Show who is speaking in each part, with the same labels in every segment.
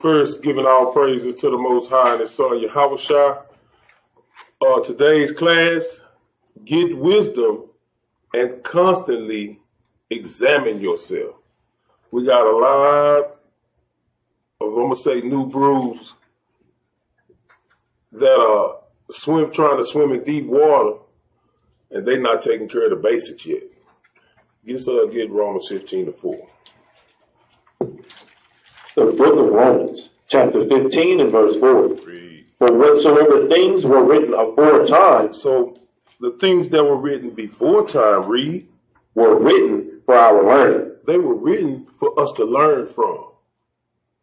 Speaker 1: First, giving all praises to the Most High and His Son Yahushua. Uh, today's class: get wisdom and constantly examine yourself. We got a lot of, I'm gonna say, new brews that are swim trying to swim in deep water, and they not taking care of the basics yet. Get uh, get Romans 15 to 4.
Speaker 2: The book of Romans, chapter 15 and verse 4.
Speaker 1: Read.
Speaker 2: For whatsoever things were written aforetime
Speaker 1: So the things that were written before time, read,
Speaker 2: were written for our learning,
Speaker 1: they were written for us to learn from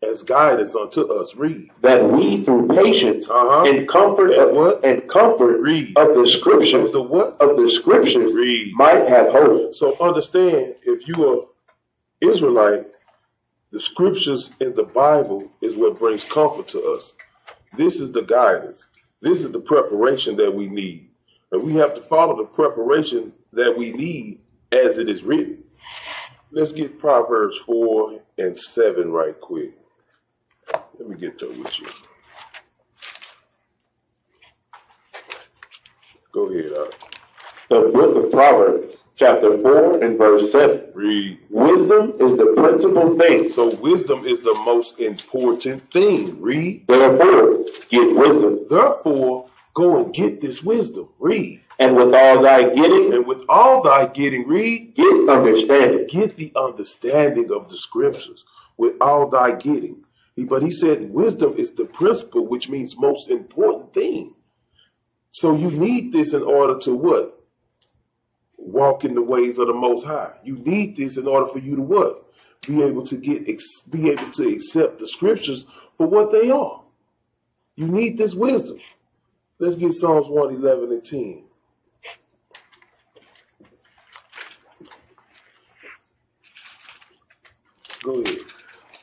Speaker 1: as guidance unto us. Read.
Speaker 2: that we through patience
Speaker 1: Uh-huh.
Speaker 2: and comfort
Speaker 1: And
Speaker 2: of
Speaker 1: what?
Speaker 2: and comfort
Speaker 1: Read.
Speaker 2: of the scriptures
Speaker 1: The what?
Speaker 2: of the scriptures
Speaker 1: Read.
Speaker 2: might have hope.
Speaker 1: So understand if you are Israelite, the scriptures in the Bible is what brings comfort to us. This is the guidance. This is the preparation that we need. And we have to follow the preparation that we need as it is written. Let's get Proverbs 4 and 7 right quick. Let me get there with you. Go ahead, Al.
Speaker 2: The book of Proverbs, chapter 4 and verse 7.
Speaker 1: Read.
Speaker 2: Wisdom is the principal thing.
Speaker 1: So wisdom is the most important thing. Read.
Speaker 2: Therefore, get wisdom.
Speaker 1: Therefore, go and get this wisdom. Read.
Speaker 2: And with all thy getting,
Speaker 1: And with all thy getting, read,
Speaker 2: get understanding.
Speaker 1: get the understanding of the scriptures with all thy getting. He- But he said wisdom is the principle, which means most important thing. So you need this in order to what? Walk in the ways of the Most High. You need this in order for you to what? Be able to get, ex- be able to accept the scriptures for what they are. You need this wisdom. Let's get Psalms 111 and 10. Go ahead.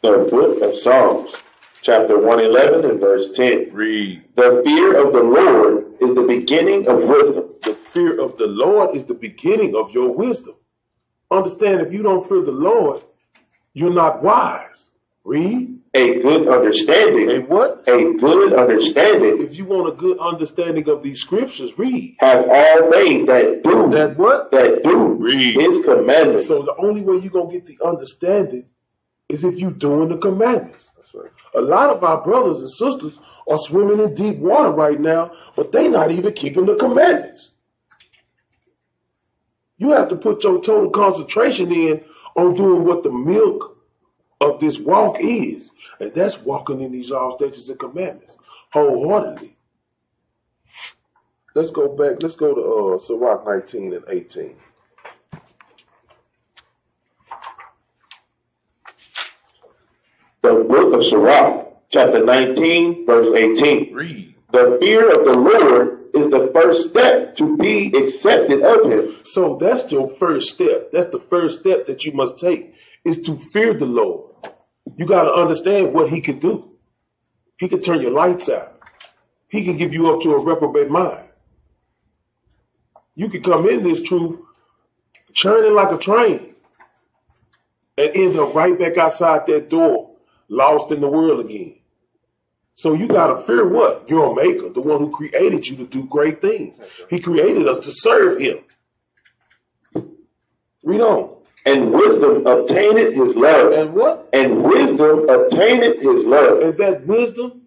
Speaker 2: The book of Psalms, chapter 111 and verse 10.
Speaker 1: Read.
Speaker 2: The fear of the Lord is the beginning of wisdom.
Speaker 1: The fear of the Lord is the beginning of your wisdom. Understand if you don't fear the Lord, you're not wise. Read.
Speaker 2: A good understanding,
Speaker 1: And what?
Speaker 2: a good understanding,
Speaker 1: If you want a good understanding of these scriptures, read.
Speaker 2: have all they that do,
Speaker 1: That
Speaker 2: that,
Speaker 1: what?
Speaker 2: do
Speaker 1: Read.
Speaker 2: his commandments.
Speaker 1: So the only way you're gonna get the understanding is if you doing the commandments. A lot of our brothers and sisters are swimming in deep water right now, but they not even keeping the commandments. You have to put your total concentration in on doing what the milk of this walk is, and that's walking in these law, statutes, and commandments wholeheartedly. Let's go back. Let's go to uh, Sirach 19 and 18.
Speaker 2: The book of Sirach, chapter 19, verse 18.
Speaker 1: Read.
Speaker 2: The fear of the Lord is the first step to be accepted of him.
Speaker 1: So that's your first step. That's the first step that you must take is to fear the Lord. You got to understand what he can do. He can turn your lights out. He can give you up to a reprobate mind. You can come in this truth churning like a train and end up right back outside that door, lost in the world again. So you gotta fear what? Your maker, the one who created you to do great things. He created us to serve him. Read on.
Speaker 2: And wisdom obtaineth his love.
Speaker 1: And what?
Speaker 2: And wisdom obtaineth his love.
Speaker 1: And that wisdom,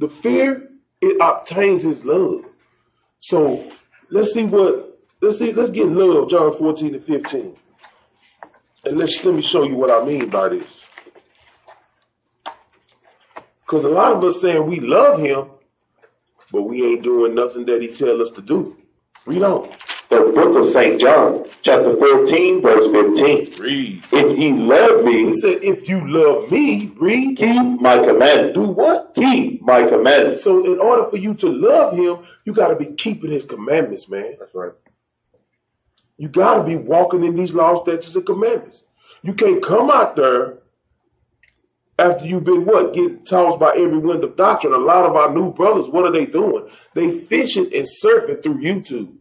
Speaker 1: the fear, it obtains his love. So let's see what let's see, let's get love, John 14 and 15. And let's let me show you what I mean by this. Cause a lot of us saying we love him, but we ain't doing nothing that he tell us to do. Read on.
Speaker 2: The book of St. John, chapter 14, verse 15.
Speaker 1: Read.
Speaker 2: If ye love me,
Speaker 1: He said, if you love me, read,
Speaker 2: keep my commandments.
Speaker 1: do what?
Speaker 2: Keep my commandments.
Speaker 1: So in order for you to love him, you got to be keeping his commandments, man.
Speaker 2: That's right.
Speaker 1: You got to be walking in these laws, statutes, and commandments. You can't come out there after you've been what getting tossed by every wind of doctrine. A lot of our new brothers, what are they doing? They fishing and surfing through YouTube,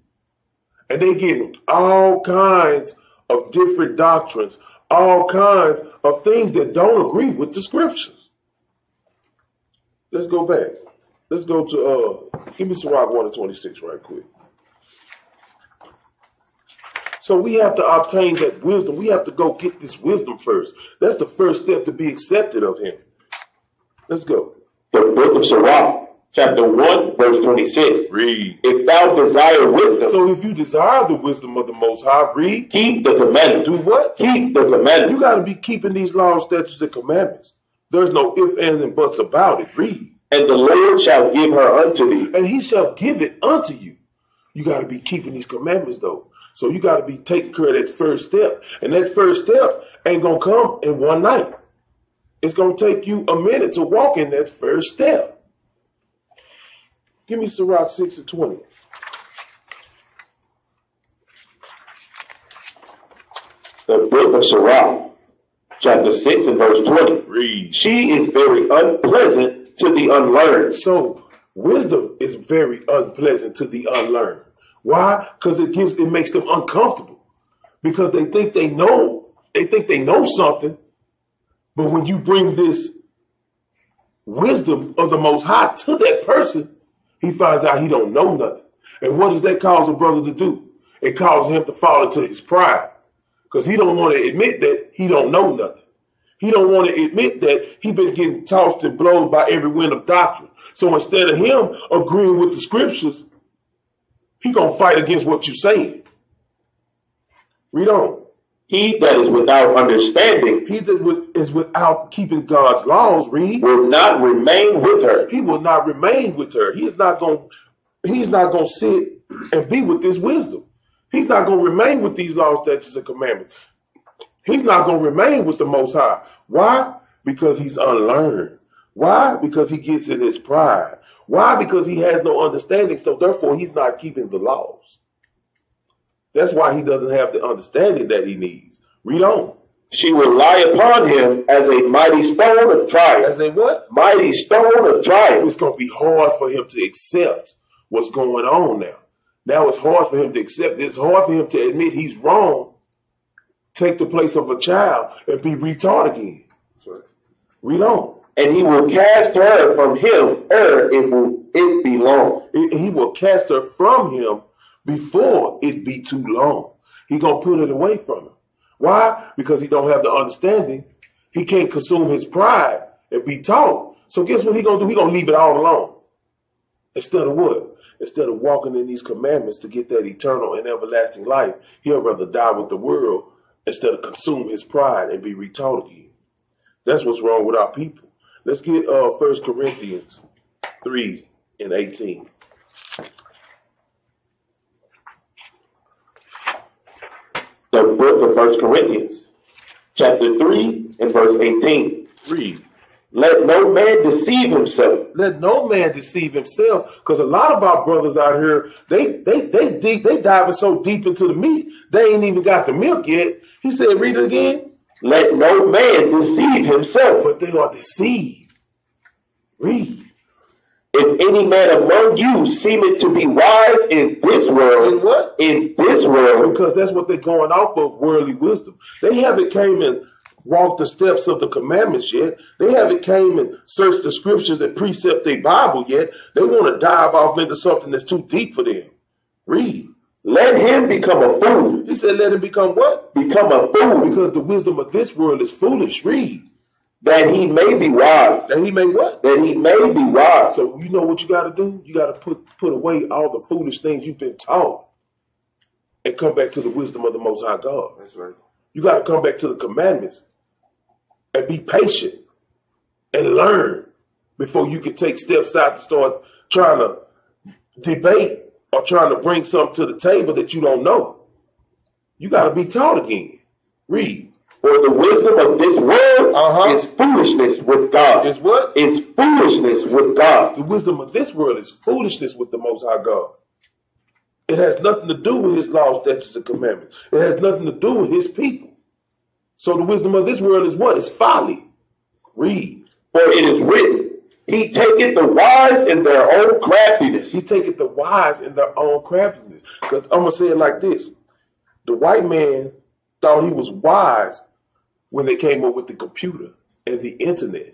Speaker 1: and they getting all kinds of different doctrines, all kinds of things that don't agree with the scriptures. Let's go back. Let's go to uh give me Sirach 1 and 26 right quick. So we have to obtain that wisdom. We have to go get this wisdom first. That's the first step to be accepted of him. Let's go.
Speaker 2: The book of Sirach, chapter 1, verse 26.
Speaker 1: Read.
Speaker 2: If thou desire wisdom,
Speaker 1: So if you desire the wisdom of the Most High, read.
Speaker 2: keep the commandments.
Speaker 1: Do what?
Speaker 2: Keep the commandments.
Speaker 1: You got to be keeping these laws, statutes, and commandments. There's no if, ands, and buts about it. Read.
Speaker 2: and the Lord shall give her unto thee.
Speaker 1: and he shall give it unto you. You got to be keeping these commandments though. So you got to be taking care of that first step. And that first step ain't going to come in one night. It's going to take you a minute to walk in that first step. Give me Sirach 6 and 20.
Speaker 2: The book of Sirach, chapter 6 and verse 20.
Speaker 1: Read.
Speaker 2: She is very unpleasant to the unlearned.
Speaker 1: So wisdom is very unpleasant to the unlearned. Why? Because it gives it makes them uncomfortable. Because they think they know, they think they know something. But when you bring this wisdom of the most high to that person, he finds out he don't know nothing. And what does that cause a brother to do? It causes him to fall into his pride. Because he don't want to admit that he don't know nothing. He don't want to admit that he been getting tossed and blown by every wind of doctrine. So instead of him agreeing with the scriptures, he gonna fight against what you saying. Read on.
Speaker 2: He that is without understanding
Speaker 1: He that with, is without keeping God's laws, read,
Speaker 2: will not remain with her.
Speaker 1: he will not remain with her. He's not gonna he's not gonna sit and be with this wisdom. He's not gonna remain with these laws, statutes, and commandments. He's not gonna remain with the most high. Why? Because he's unlearned. Why? Because he gets in his pride. Why? Because he has no understanding, so therefore he's not keeping the laws. That's why he doesn't have the understanding that he needs. Read on.
Speaker 2: She will lie upon him as a mighty stone of triumph.
Speaker 1: As in what?
Speaker 2: Mighty stone of triumph.
Speaker 1: it's going to be hard for him to accept what's going on now. Now it's hard for him to accept. It's hard for him to admit he's wrong, take the place of a child, and be retarded again. Read on.
Speaker 2: And he will cast her from him ere it, will, it be long.
Speaker 1: He he will cast her from him before it be too long. He going to put it away from him. Why? Because he don't have the understanding. He can't consume his pride and be taught. So guess what he going to do? He going to leave it all alone. Instead of what? Instead of walking in these commandments to get that eternal and everlasting life, he'll rather die with the world instead of consume his pride and be retarded again. That's what's wrong with our people. Let's get uh First Corinthians three and eighteen.
Speaker 2: The book of First Corinthians, chapter 3 and verse 18.
Speaker 1: Read.
Speaker 2: Let no man deceive himself.
Speaker 1: Let no man deceive himself, because a lot of our brothers out here, they they they deep, they diving so deep into the meat, they ain't even got the milk yet. He said, read it again.
Speaker 2: Let no man deceive himself.
Speaker 1: But they are deceived. Read.
Speaker 2: If any man among you seemeth to be wise in this
Speaker 1: In
Speaker 2: world,
Speaker 1: what?
Speaker 2: in this world,
Speaker 1: Because that's what they're going off of worldly wisdom. They haven't came and walked the steps of the commandments yet. They haven't came and searched the scriptures and precept their Bible yet. They want to dive off into something that's too deep for them. Read.
Speaker 2: let him become a fool.
Speaker 1: He said, let him become what?
Speaker 2: Become a fool
Speaker 1: Because the wisdom of this world is foolish. Read.
Speaker 2: that he may be wise.
Speaker 1: That he may what?
Speaker 2: That he may be wise.
Speaker 1: So you know what you got to do? You got to put put away all the foolish things you've been taught, and come back to the wisdom of the Most High God.
Speaker 2: That's right.
Speaker 1: You got to come back to the commandments and be patient and learn before you can take steps out to start trying to debate or trying to bring something to the table that you don't know. You got to be taught again. Read.
Speaker 2: For the wisdom of this world
Speaker 1: Uh-huh.
Speaker 2: is foolishness with God.
Speaker 1: Is what?
Speaker 2: Is foolishness with God.
Speaker 1: The wisdom of this world is foolishness with the Most High God. It has nothing to do with His laws, statutes, and commandments. It has nothing to do with His people. So the wisdom of this world is what? It's folly. Read.
Speaker 2: For it is written, He taketh the wise in their own craftiness.
Speaker 1: He taketh the wise in their own craftiness. Because I'm gonna say it like this: the white man thought he was wise when they came up with the computer and the internet.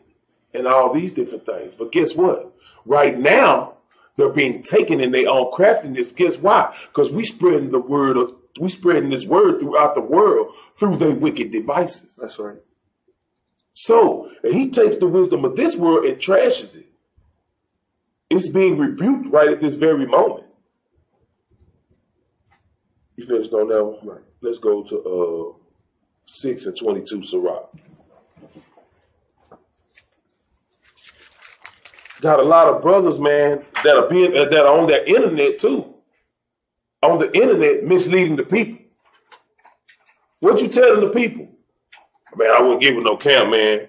Speaker 1: and all these different things. But guess what? Right now, they're being taken in their own craftiness. Guess why? Because we spreading the word of we spreading this word throughout the world through their wicked devices.
Speaker 3: That's right.
Speaker 1: So and he takes the wisdom of this world and trashes it. It's being rebuked right at this very moment. You finished on that one?
Speaker 3: Right.
Speaker 1: Let's go to uh, 6 and 22, Sirach. Got a lot of brothers, man, that are being uh, that are on that internet too. On the internet, misleading the people. What you telling the people? Man, I wouldn't give it no camp, man.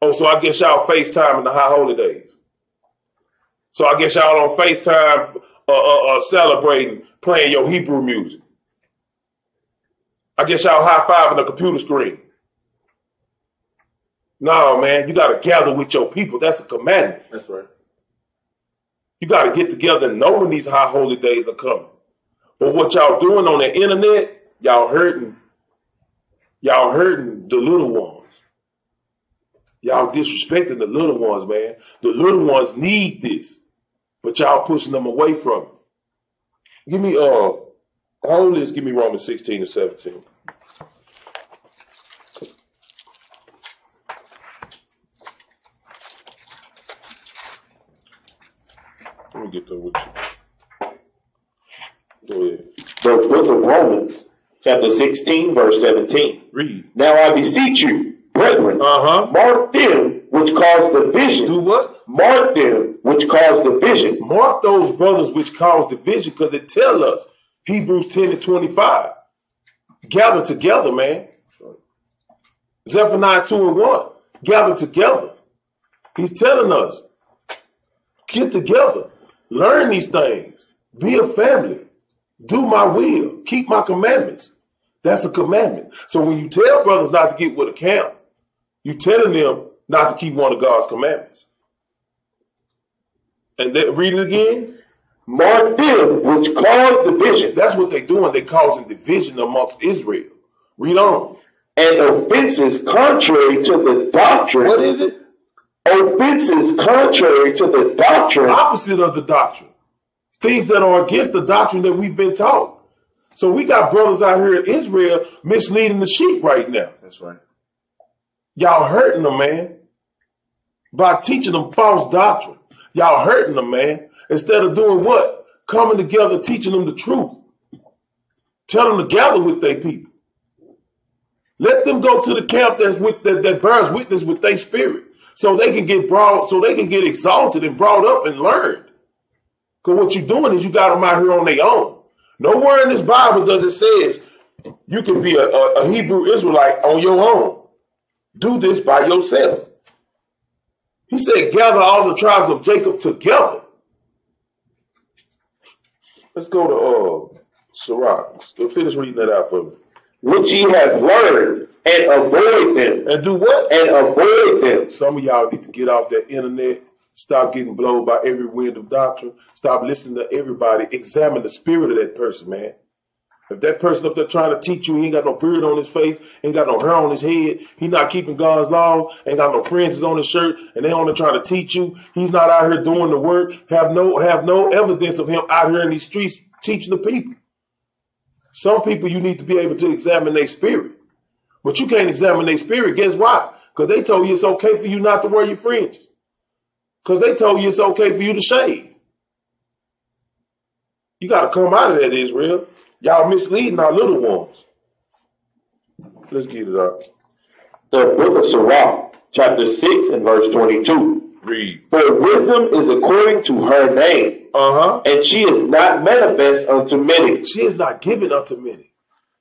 Speaker 1: Oh, so I guess y'all FaceTime in the high holy days. So I guess y'all on FaceTime uh, uh, uh, celebrating, playing your Hebrew music. I guess y'all high five on the computer screen. No, man, you got to gather with your people. That's a commandment.
Speaker 3: That's right.
Speaker 1: You got to get together and know when these high holy days are coming. But what y'all doing on the internet, y'all hurting. Y'all hurting the little ones. Y'all disrespecting the little ones, man. The little ones need this, but y'all pushing them away from it. Give me uh, hold this. Give me Romans sixteen and seventeen. Let me get there with you. Go ahead.
Speaker 2: The book of Romans, chapter 16, verse 17.
Speaker 1: Read.
Speaker 2: Now I beseech you, brethren,
Speaker 1: Uh huh.
Speaker 2: mark them which cause
Speaker 1: Do
Speaker 2: division.
Speaker 1: what?
Speaker 2: Mark them which cause division.
Speaker 1: Mark those brothers which cause division because it tell us Hebrews 10 and 25. Gather together, man. Zephaniah 2 and 1. Gather together. He's telling us, get together, learn these things, be a family, do my will, keep my commandments. That's a commandment. So when you tell brothers not to get with a camp, you telling them not to keep one of God's commandments. And then read it again.
Speaker 2: Mark them which cause division
Speaker 1: That's what they're doing. They're causing division amongst Israel. Read on.
Speaker 2: and offenses contrary to the doctrine.
Speaker 1: What is it?
Speaker 2: Offenses contrary to the doctrine
Speaker 1: Opposite of the doctrine. Things that are against the doctrine that we've been taught. So we got brothers out here in Israel misleading the sheep right now.
Speaker 3: That's right.
Speaker 1: Y'all hurting them, man. By teaching them false doctrine. Y'all hurting them, man. Instead of doing what? Coming together, teaching them the truth. Tell them to gather with their people. Let them go to the camp that's with that, that bears witness with their spirit. So they can get brought, so they can get exalted and brought up and learned. Because what you're doing is you got them out here on their own. Nowhere in this Bible does it says you can be a, a, a Hebrew Israelite on your own do this by yourself. He said, gather all the tribes of Jacob together. Let's go to uh Sirach. Finish reading that out for me.
Speaker 2: which ye have learned and avoid them
Speaker 1: And do what?
Speaker 2: and avoid them.
Speaker 1: Some of y'all need to get off that internet. Stop getting blown by every wind of doctrine. Stop listening to everybody. Examine the spirit of that person, man. If that person up there trying to teach you, he ain't got no beard on his face, ain't got no hair on his head, he not keeping God's laws, ain't got no fringes on his shirt, and they only trying to teach you. He's not out here doing the work. Have no have no evidence of him out here in these streets teaching the people. Some people you need to be able to examine their spirit. But you can't examine their spirit. Guess why? Because they told you it's okay for you not to wear your fringes. Because they told you it's okay for you to shave. You got to come out of that, Israel. Y'all misleading our little ones. Let's get it up.
Speaker 2: The book of Sirach, chapter 6 and verse 22.
Speaker 1: Read.
Speaker 2: For wisdom is according to her name,
Speaker 1: Uh huh.
Speaker 2: and she is not manifest unto many.
Speaker 1: She is not given unto many.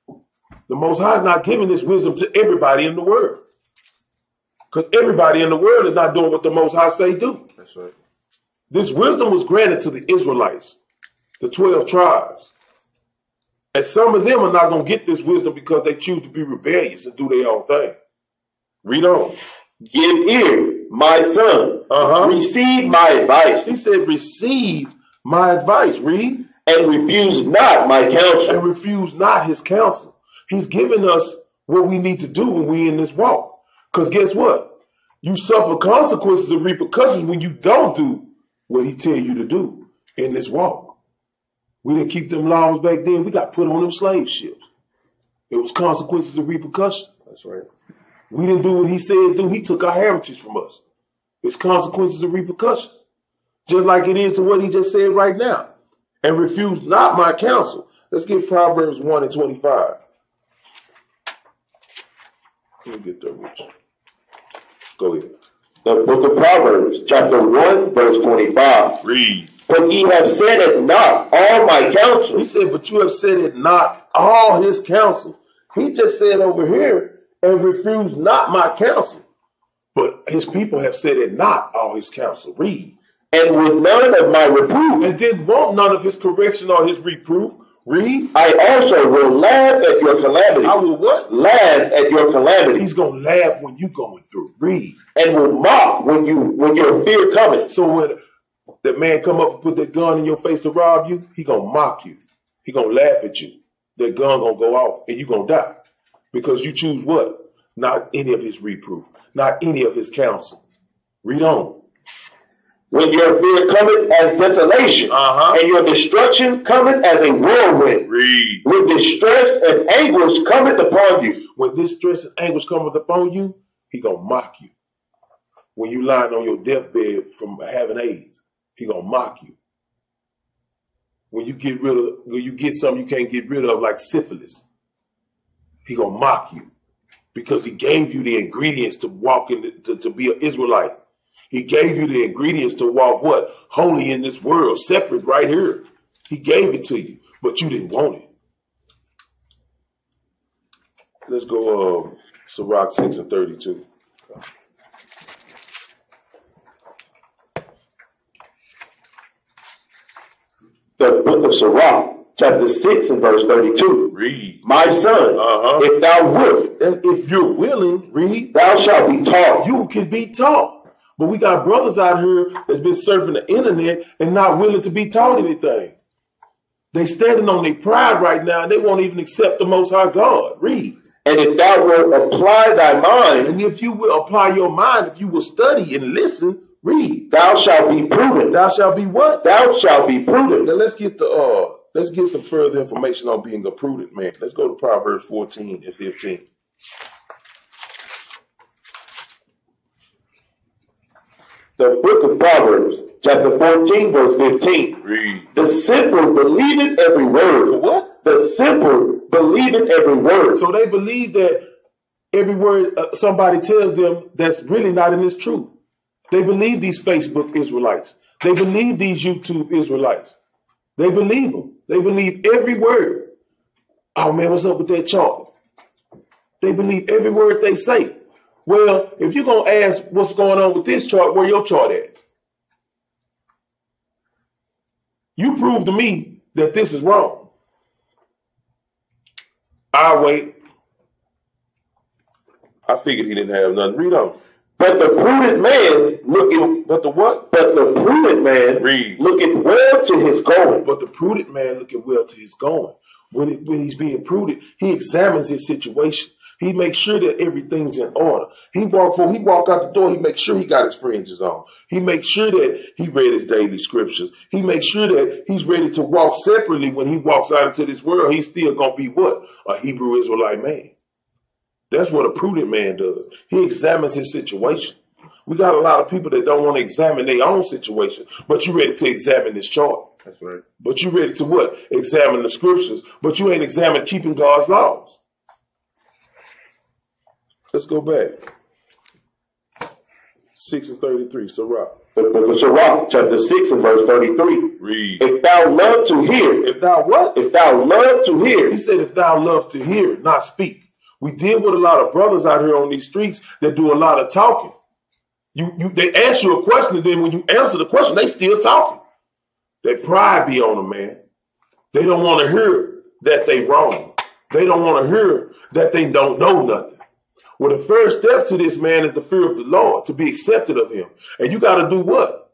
Speaker 1: The Most High is not giving this wisdom to everybody in the world. Because everybody in the world is not doing what the Most High say do.
Speaker 3: That's right.
Speaker 1: This wisdom was granted to the Israelites, the 12 tribes. And some of them are not going to get this wisdom because they choose to be rebellious and do their own thing. Read on.
Speaker 2: Give ear, my son,
Speaker 1: Uh-huh.
Speaker 2: receive my advice,
Speaker 1: He said, Receive my advice, read,
Speaker 2: and refuse not my counsel.
Speaker 1: and refuse not his counsel. He's giving us what we need to do when we in this walk. Because guess what? You suffer consequences and repercussions when you don't do what he tell you to do in this walk. We didn't keep them laws back then. We got put on them slave ships. It was consequences and repercussions.
Speaker 3: That's right.
Speaker 1: We didn't do what he said do. He took our heritage from us. It's consequences and repercussions. Just like it is to what he just said right now. And refuse not my counsel. Let's get Proverbs 1 and 25. Let me get that rich. Go ahead.
Speaker 2: The book of Proverbs, chapter 1, verse 25.
Speaker 1: Read.
Speaker 2: But ye have said it not all my counsel.
Speaker 1: He said, but you have said it not all his counsel. He just said over here, and refuse not my counsel. But his people have said it not all his counsel. Read.
Speaker 2: and with none of my reproof.
Speaker 1: And didn't want none of his correction or his reproof. Read.
Speaker 2: I also will laugh at your calamity,
Speaker 1: I will what?
Speaker 2: laugh at your calamity,
Speaker 1: He's gonna laugh when you going through. Read.
Speaker 2: and will mock when you when your fear cometh.
Speaker 1: So when that man come up and put that gun in your face to rob you, he gonna mock you. He gonna laugh at you. That gun gonna go off and you gonna die because you choose what? Not any of his reproof, not any of his counsel. Read on.
Speaker 2: When your fear cometh as desolation,
Speaker 1: Uh-huh.
Speaker 2: and your destruction cometh as a whirlwind,
Speaker 1: Read.
Speaker 2: with distress and anguish cometh upon you.
Speaker 1: When this stress and anguish cometh upon you, he gonna mock you. When you lying on your deathbed from having AIDS, he gonna mock you. When you get rid of when you get something you can't get rid of, like syphilis, he gonna mock you. Because he gave you the ingredients to walk in the, to, to be an Israelite. He gave you the ingredients to walk what? Holy in this world, separate right here. He gave it to you, but you didn't want it. Let's go um Ciroc six and thirty two.
Speaker 2: The book of Sirach, chapter six and verse thirty-two.
Speaker 1: Read.
Speaker 2: My son,
Speaker 1: Uh-huh.
Speaker 2: if thou wilt,
Speaker 1: That's if you're willing, read,
Speaker 2: thou shalt be taught.
Speaker 1: you can be taught. But we got brothers out here that's been surfing the internet and not willing to be taught anything. They standing on their pride right now and they won't even accept the most high God. Read.
Speaker 2: And if thou wilt apply thy mind,
Speaker 1: And if you will apply your mind, if you will study and listen, read.
Speaker 2: thou shalt be prudent.
Speaker 1: Thou shalt be what?
Speaker 2: Thou shalt be
Speaker 1: Now
Speaker 2: prudent.
Speaker 1: let's get the uh let's get some further information on being a prudent man. Let's go to Proverbs 14 and 15.
Speaker 2: The book of Proverbs, chapter 14, verse 15.
Speaker 1: Read.
Speaker 2: The simple believeth every word.
Speaker 1: What?
Speaker 2: The simple believeth every word.
Speaker 1: So they believe that every word uh, somebody tells them that's really not in this truth. They believe these Facebook Israelites. They believe these YouTube Israelites. They believe them. They believe every word. Oh man, what's up with that chalk? They believe every word they say. Well, if you're gonna ask what's going on with this chart, where your chart at? You prove to me that this is wrong. I wait. I figured he didn't have nothing. Read on.
Speaker 2: But the prudent man looketh,
Speaker 1: But the what?
Speaker 2: but the prudent man
Speaker 1: Read.
Speaker 2: looketh well to his going.
Speaker 1: But the prudent man looking well to his going. When it, when he's being prudent, he examines his situation. He makes sure that everything's in order. He walk before he walk out the door. He makes sure he got his fringes on. He makes sure that he read his daily scriptures. He makes sure that he's ready to walk separately when he walks out into this world. He's still gonna be what a Hebrew Israelite man. That's what a prudent man does. He examines his situation. We got a lot of people that don't want to examine their own situation, but you ready to examine this chart.
Speaker 3: That's right.
Speaker 1: But you ready to what? Examine the scriptures, but you ain't examined keeping God's laws. Let's go back. Six and thirty-three. So rock.
Speaker 2: The book of Sirach, chapter 6 and verse 33.
Speaker 1: Read.
Speaker 2: If thou love to hear,
Speaker 1: If thou what?
Speaker 2: if thou love to hear,
Speaker 1: He said, if thou love to hear, not speak. We deal with a lot of brothers out here on these streets that do a lot of talking. You, you, they ask you a question, and then when you answer the question, they still talking. That pride be on them, man. They don't want to hear that they wrong. They don't want to hear that they don't know nothing. Well, the first step to this man is the fear of the Lord to be accepted of him. And you got to do what?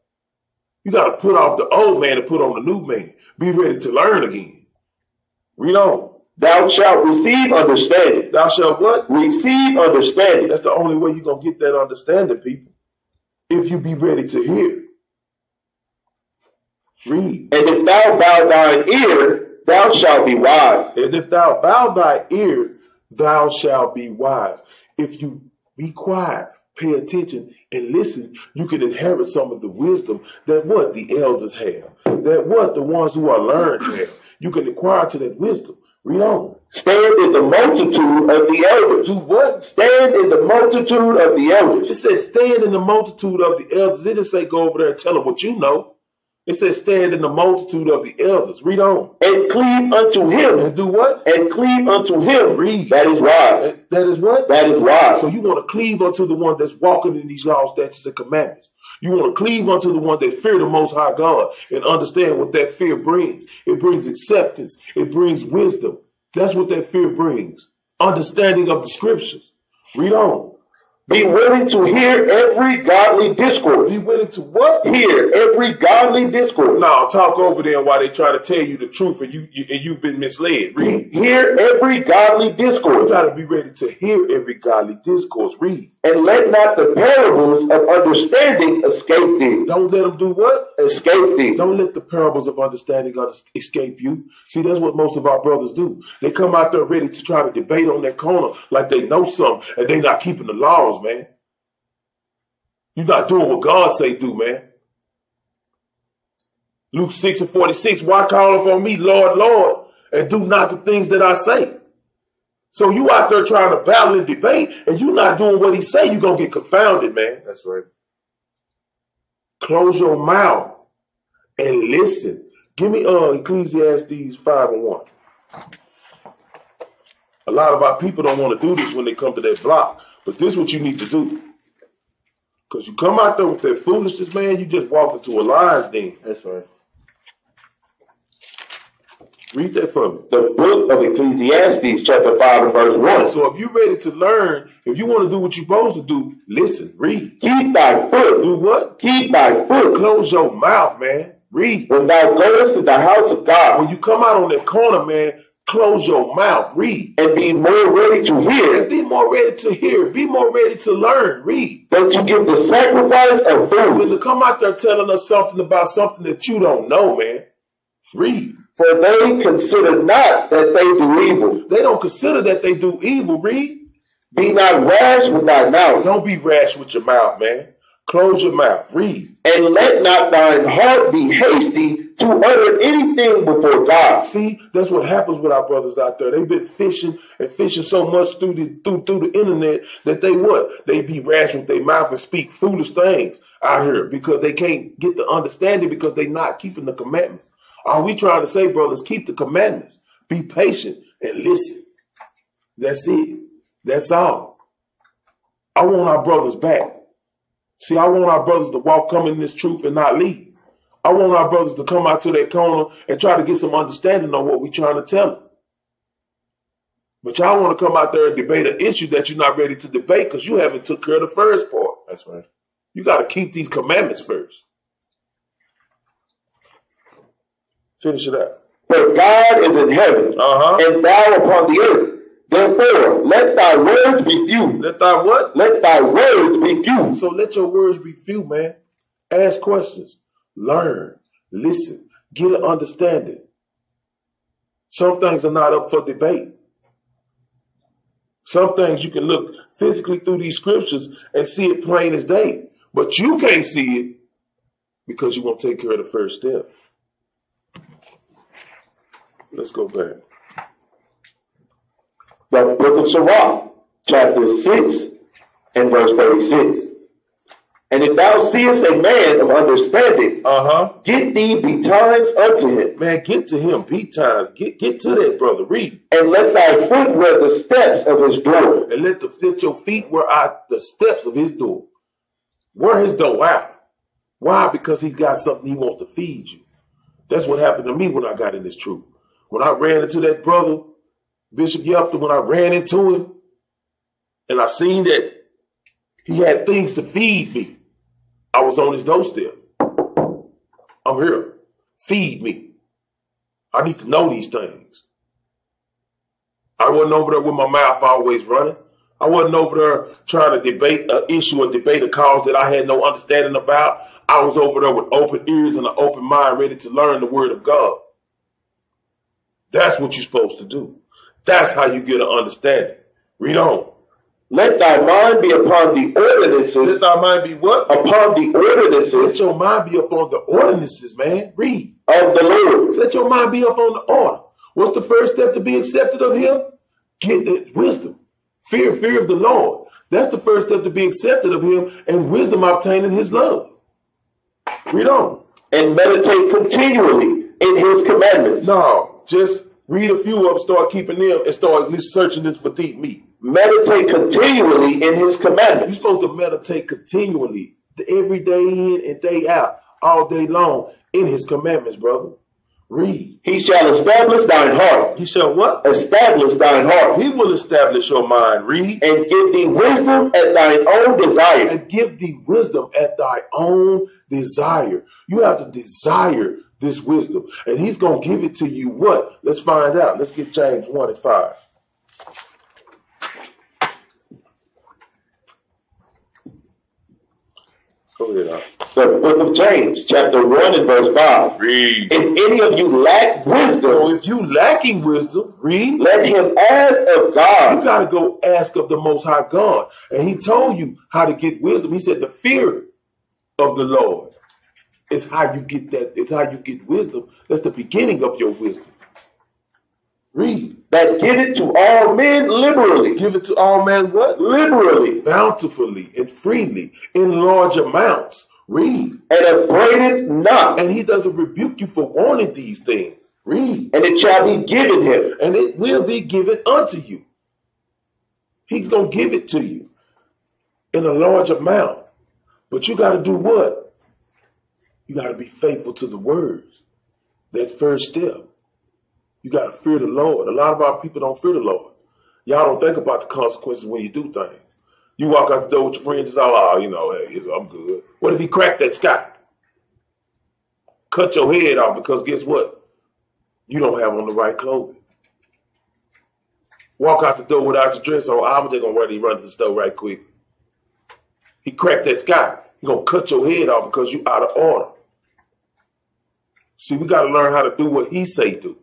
Speaker 1: You got to put off the old man and put on the new man. Be ready to learn again. Read on.
Speaker 2: Thou shalt receive understanding.
Speaker 1: Thou shalt what?
Speaker 2: Receive understanding.
Speaker 1: That's the only way you're going to get that understanding, people. If you be ready to hear. Read.
Speaker 2: And if thou bow thine ear, thou shalt be wise.
Speaker 1: And if thou bow thy ear, thou shalt be wise. If you be quiet, pay attention, and listen, you can inherit some of the wisdom that what the elders have, that what the ones who are learned have. You can acquire to that wisdom. Read on.
Speaker 2: Stand in the multitude of the elders.
Speaker 1: Do what?
Speaker 2: Stand in the multitude of the
Speaker 1: It
Speaker 2: elders.
Speaker 1: says stand in the multitude of the elders. It didn't say go over there and tell them what you know. It says stand in the multitude of the elders. Read on.
Speaker 2: And cleave unto him.
Speaker 1: And do what?
Speaker 2: And cleave unto him.
Speaker 1: Read.
Speaker 2: That is wise.
Speaker 1: That that is what?
Speaker 2: That is wise.
Speaker 1: So you want to cleave unto the one that's walking in these laws, statutes, and commandments. You want to cleave unto the one that fear the Most High God and understand what that fear brings. It brings acceptance. It brings wisdom. That's what that fear brings. Understanding of the scriptures. Read on.
Speaker 2: Be willing to hear every godly discourse.
Speaker 1: Be willing to what?
Speaker 2: Hear every godly discourse.
Speaker 1: No, talk over there while they try to tell you the truth and you, you and you've been misled. Read.
Speaker 2: Hear every godly
Speaker 1: You
Speaker 2: discourse.
Speaker 1: gotta be ready to hear every godly discourse. Read.
Speaker 2: And let not the parables of understanding escape thee.
Speaker 1: Don't let them do what?
Speaker 2: Escape thee.
Speaker 1: Don't let the parables of understanding un- escape you. See, that's what most of our brothers do. They come out there ready to try to debate on that corner like they know something and they not keeping the laws, man. You're not doing what God say do, man. Luke 6 and 46, why call upon me, Lord, Lord, and do not the things that I say? So you out there trying to battle and debate and you not doing what he say, you're going to get confounded, man.
Speaker 2: That's right.
Speaker 1: Close your mouth and listen. Give me uh Ecclesiastes five and one. A lot of our people don't want to do this when they come to that block, but this is what you need to do. Cause you come out there with that foolishness, man, you just walk into a lion's den.
Speaker 2: That's right.
Speaker 1: Read that for me.
Speaker 2: The book of Ecclesiastes, chapter 5 and verse 1.
Speaker 1: So if you're ready to learn, if you want to do what you're supposed to do, listen, read.
Speaker 2: Keep thy foot,
Speaker 1: Do what?
Speaker 2: keep thy foot,
Speaker 1: Close your mouth, man. Read.
Speaker 2: when thou goest to the house of God,
Speaker 1: When you come out on that corner, man, close your mouth. Read.
Speaker 2: and be more ready to hear,
Speaker 1: Be more ready to hear. Be more ready to learn. Read.
Speaker 2: than to give the sacrifice of
Speaker 1: When
Speaker 2: food.
Speaker 1: to come out there telling us something about something that you don't know, man. Read.
Speaker 2: For they consider not that they do evil.
Speaker 1: They don't consider that they do evil. Read.
Speaker 2: Be not rash with thy mouth,
Speaker 1: Don't be rash with your mouth, man. Close your mouth. Read.
Speaker 2: and let not thine heart be hasty to utter anything before God.
Speaker 1: See, that's what happens with our brothers out there. They've been fishing and fishing so much through the through, through the internet that they what? They be rash with their mouth and speak foolish things out here because they can't get the understanding because they not keeping the commandments. All we trying to say, brothers, keep the commandments. Be patient and listen. That's it. That's all. I want our brothers back. See, I want our brothers to walk come in this truth and not leave. I want our brothers to come out to their corner and try to get some understanding on what we're trying to tell them. But y'all want to come out there and debate an issue that you're not ready to debate because you haven't took care of the first part.
Speaker 2: That's right.
Speaker 1: You got to keep these commandments first. Finish it up.
Speaker 2: For God is in heaven,
Speaker 1: Uh huh.
Speaker 2: and thou upon the earth. Therefore, let thy words be few.
Speaker 1: Let thy what?
Speaker 2: Let thy words be few.
Speaker 1: So let your words be few, man. Ask questions, learn, listen, get an understanding. Some things are not up for debate. Some things you can look physically through these scriptures and see it plain as day, but you can't see it because you won't take care of the first step. Let's go back.
Speaker 2: The book of Sirach, chapter 6, and verse 36. And if thou seest a man of understanding,
Speaker 1: Uh huh.
Speaker 2: get thee betimes unto him,
Speaker 1: Man, get to him. Beat times. Get get to that brother. Read.
Speaker 2: and let thy foot wear the steps of his door.
Speaker 1: and let the let your feet were out the steps of his door. Where his door out. Why? Because he's got something he wants to feed you. That's what happened to me when I got in this truth. When I ran into that brother, Bishop Yelpton, when I ran into him, and I seen that he had things to feed me. I was on his doorstep. I'm here. Feed me. I need to know these things. I wasn't over there with my mouth always running. I wasn't over there trying to debate an issue and debate a cause that I had no understanding about. I was over there with open ears and an open mind, ready to learn the word of God. That's what you're supposed to do. That's how you get an understanding. Read on.
Speaker 2: Let thy mind be upon the
Speaker 1: Let
Speaker 2: ordinances,
Speaker 1: thy mind be what?
Speaker 2: upon the
Speaker 1: Let
Speaker 2: ordinances
Speaker 1: your mind be up on the ordinances, man. Read.
Speaker 2: of the Lord,
Speaker 1: Let your mind be up on the order. What's the first step to be accepted of him? Get the wisdom. Fear, fear of the Lord. That's the first step to be accepted of him and wisdom obtaining his love. Read on.
Speaker 2: and meditate continually in his commandments.
Speaker 1: No, just read a few of them, start keeping them, and start at least searching it for deep meat.
Speaker 2: Meditate continually in his
Speaker 1: You're
Speaker 2: commandments.
Speaker 1: supposed to meditate continually, the- every day in and day out, all day long, in his commandments, brother. Read.
Speaker 2: He shall establish thine heart,
Speaker 1: He shall what?
Speaker 2: establish thine heart,
Speaker 1: He will establish your mind. Read.
Speaker 2: and give thee wisdom at thine own desire.
Speaker 1: and give thee wisdom at thy own desire. You have to desire this wisdom. And he's going to give it to you what? Let's find out. Let's get James 1 and 5. Go ahead, Al.
Speaker 2: The book of James, chapter 1 and verse 5.
Speaker 1: Read.
Speaker 2: If any of you lack
Speaker 1: So
Speaker 2: wisdom,
Speaker 1: if you lacking wisdom, read.
Speaker 2: let him ask of
Speaker 1: You
Speaker 2: God,
Speaker 1: got to go ask of the Most High God. And He told you how to get wisdom. He said, The fear of the Lord is how you get that, is how you get wisdom. That's the beginning of your wisdom. Read.
Speaker 2: that give it to all men liberally.
Speaker 1: Give it to all men what?
Speaker 2: Liberally,
Speaker 1: Bountifully and freely in large amounts. Read.
Speaker 2: and upbraideth not,
Speaker 1: And He doesn't rebuke you for wanting these things. Read.
Speaker 2: and it shall be given him.
Speaker 1: And it will be given unto you. He's going to give it to you in a large amount. But you got to do what? You got to be faithful to the words. That first step. You got to fear the Lord. A lot of our people don't fear the Lord. Y'all don't think about the consequences when you do things. You walk out the door with your friends, it's all, oh, you know, hey, it's- I'm good. What if he cracked that sky? Cut your head off because guess what? You don't have on the right clothing. Walk out the door without your dress on. I'm just gonna run, he run to the store right quick. He cracked that sky. He gonna cut your head off because you out of order. See, we gotta learn how to do what he say do.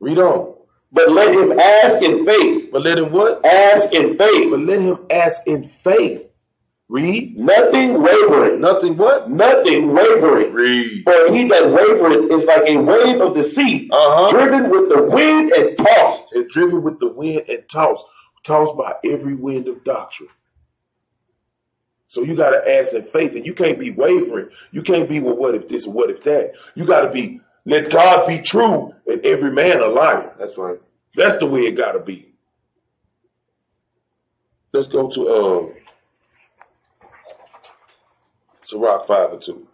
Speaker 1: Read on.
Speaker 2: But let him ask in faith,
Speaker 1: But let him what?
Speaker 2: ask in
Speaker 1: But
Speaker 2: faith,
Speaker 1: let him ask in faith. Read.
Speaker 2: nothing wavering,
Speaker 1: Nothing what?
Speaker 2: nothing wavering.
Speaker 1: Read.
Speaker 2: For he that wavereth is like a wave of the sea,
Speaker 1: Uh-huh.
Speaker 2: driven with the wind and tossed.
Speaker 1: And driven with the wind and tossed. Tossed by every wind of doctrine. So you gotta ask in faith, and you can't be wavering. You can't be well, what if this, what if that. You gotta be, let God be true and every man a liar.
Speaker 2: That's right.
Speaker 1: That's the way it gotta be. Let's go to um Sirach five and two.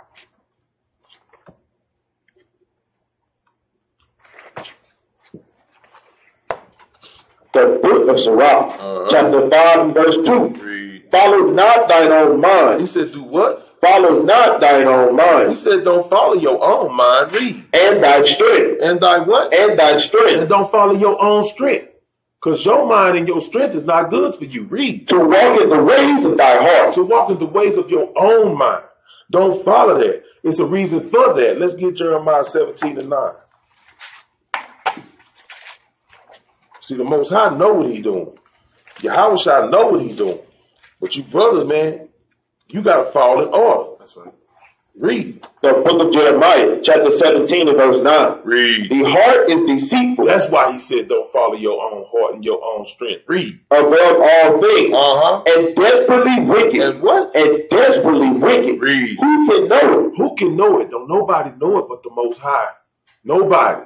Speaker 2: The book of Sirach, chapter 5 and verse 2. Follow not thine own
Speaker 1: He
Speaker 2: mind,
Speaker 1: said, Do what?
Speaker 2: follow not thine own
Speaker 1: He
Speaker 2: mind,
Speaker 1: said, Don't follow your own mind, read.
Speaker 2: and thy strength,
Speaker 1: And thy what?
Speaker 2: and thy
Speaker 1: And
Speaker 2: strength,
Speaker 1: don't follow your own strength. Cause your mind and your strength is not good for you. Read.
Speaker 2: to walk in the ways of thy heart.
Speaker 1: to walk in the ways of your own mind. Don't follow that. It's a reason for that. Let's get Jeremiah 17 and 9. See, the Most High know what he doing. Yahweh Shai know what he doing. But you brothers, man, you got to fall in order. That's right. Read.
Speaker 2: The book of Jeremiah, chapter 17 and verse 9.
Speaker 1: Read.
Speaker 2: The heart is deceitful
Speaker 1: That's why he said don't follow your own heart and your own strength. Read.
Speaker 2: above all things,
Speaker 1: Uh-huh.
Speaker 2: and desperately wicked.
Speaker 1: And what?
Speaker 2: And desperately wicked.
Speaker 1: Read.
Speaker 2: Who can know it?
Speaker 1: Who can know it? Don't nobody know it but the Most High. Nobody.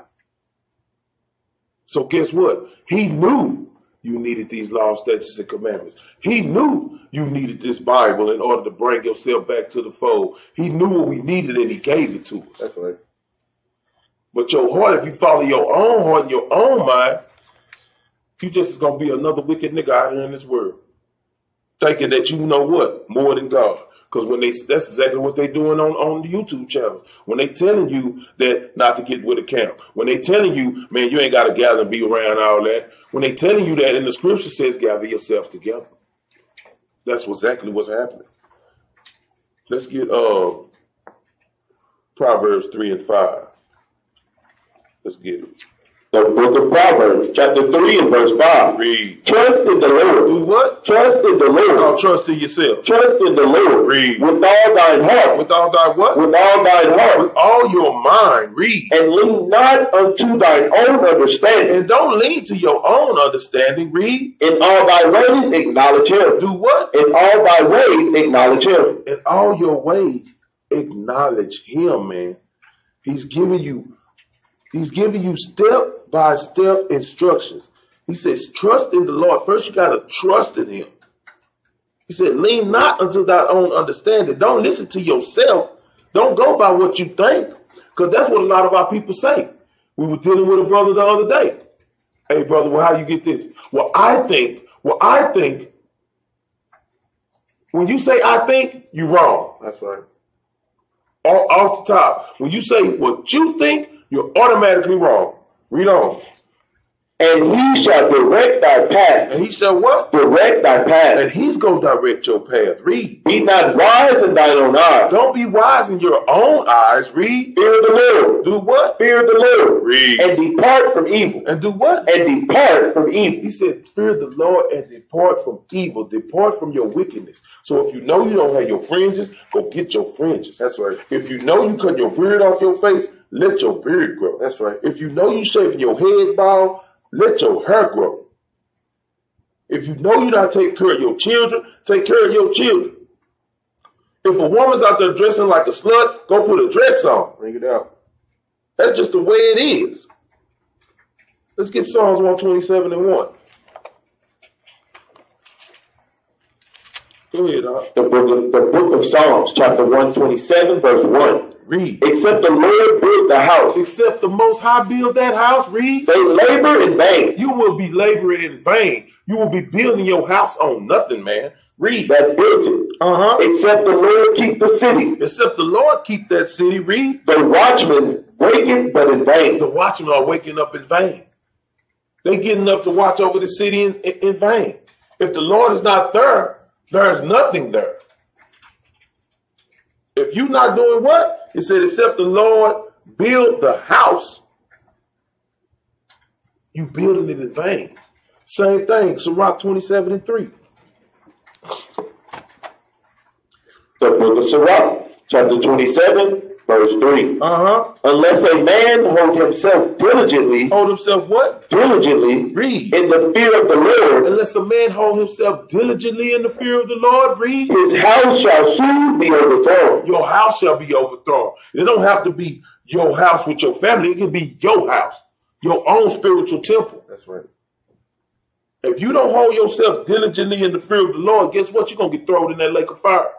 Speaker 1: So guess what? He knew you needed these laws, statutes, and commandments. He knew you needed this Bible in order to bring yourself back to the fold. He knew what we needed and he gave it to us.
Speaker 2: That's right.
Speaker 1: But your heart, if you follow your own heart and your own mind, you just is gonna be another wicked nigga out here in this world. thinking that you know what more than God. Because when they, that's exactly what they're doing on, on the YouTube channels. When they telling you that not to get with a camp. When they telling you, man, you ain't got to gather and be around all that. When they telling you that, and the scripture says, gather yourself together. That's exactly what's happening. Let's get uh, Proverbs three and five. Let's get it.
Speaker 2: The book of Proverbs, chapter 3 and verse 5.
Speaker 1: Read.
Speaker 2: Trust in the
Speaker 1: Do
Speaker 2: Lord.
Speaker 1: what?
Speaker 2: Trust in the
Speaker 1: Thou
Speaker 2: Lord.
Speaker 1: trust in yourself
Speaker 2: Trust in the Lord.
Speaker 1: Read.
Speaker 2: With all thine heart.
Speaker 1: with all thy what?
Speaker 2: With all thine
Speaker 1: With
Speaker 2: heart.
Speaker 1: all your mind. Read.
Speaker 2: And lean not unto thine own understanding.
Speaker 1: And don't lean to your own understanding. Read.
Speaker 2: In all thy ways acknowledge him.
Speaker 1: Do what?
Speaker 2: In all thy ways acknowledge him.
Speaker 1: in all your ways acknowledge him man he's giving you he's giving you step by step instructions he says trust in the lord first you got to trust in him he said lean not unto thy own understanding don't listen to yourself don't go by what you think because that's what a lot of our people say we were dealing with a brother the other day hey brother well how you get this well i think well i think when you say i think you're wrong
Speaker 2: That's right.
Speaker 1: off, off the top. When you say what you think, you're automatically wrong. Read on.
Speaker 2: And he shall direct thy path.
Speaker 1: And he said, What?
Speaker 2: Direct thy path.
Speaker 1: And he's going to direct your path. Read.
Speaker 2: Be not wise in thine own eyes.
Speaker 1: Don't be wise in your own eyes. Read.
Speaker 2: Fear the Lord.
Speaker 1: Do what?
Speaker 2: Fear the Lord.
Speaker 1: Read.
Speaker 2: And depart from evil.
Speaker 1: And do what?
Speaker 2: And depart from evil.
Speaker 1: He said, Fear the Lord and depart from evil. Depart from your wickedness. So if you know you don't have your fringes, go get your fringes.
Speaker 2: That's right.
Speaker 1: If you know you cut your beard off your face, let your beard grow.
Speaker 2: That's right.
Speaker 1: If you know you shaving your head bald, let your hair grow. If you know you not take care of your children, take care of your children. If a woman's out there dressing like a slut, go put a dress on.
Speaker 2: Bring it out.
Speaker 1: That's just the way it is. Let's get Psalms 127 and 1. Go ahead, Doc.
Speaker 2: The book of, the book of Psalms, chapter 127, verse 1.
Speaker 1: Read.
Speaker 2: Except the Lord build the house,
Speaker 1: Except the Most High build that house, read.
Speaker 2: they labor in vain
Speaker 1: You will be laboring in vain. You will be building your house on nothing, man. Read.
Speaker 2: that built it.
Speaker 1: Uh huh.
Speaker 2: Except the Lord keep the city,
Speaker 1: Except the Lord keep that city. Read.
Speaker 2: the watchman waketh but in vain.
Speaker 1: The watchmen are waking up in vain. They getting up to watch over the city in, in, in vain. If the Lord is not there, there's nothing there. If you're not doing what? It said, except the Lord build the house, you building it in vain. Same thing, Sirach 27 and 3.
Speaker 2: The book of Sirach, chapter 27, verse 3.
Speaker 1: Uh-huh.
Speaker 2: Unless a man hold himself diligently,
Speaker 1: Hold himself what?
Speaker 2: diligently
Speaker 1: Read.
Speaker 2: in the fear of the Lord,
Speaker 1: Unless a man hold himself diligently in the fear of the Lord, read.
Speaker 2: his house shall soon be overthrown.
Speaker 1: your house shall be overthrown. It don't have to be your house with your family. It can be your house, your own spiritual temple.
Speaker 2: That's right.
Speaker 1: If you don't hold yourself diligently in the fear of the Lord, guess what? You're gonna get thrown in that lake of fire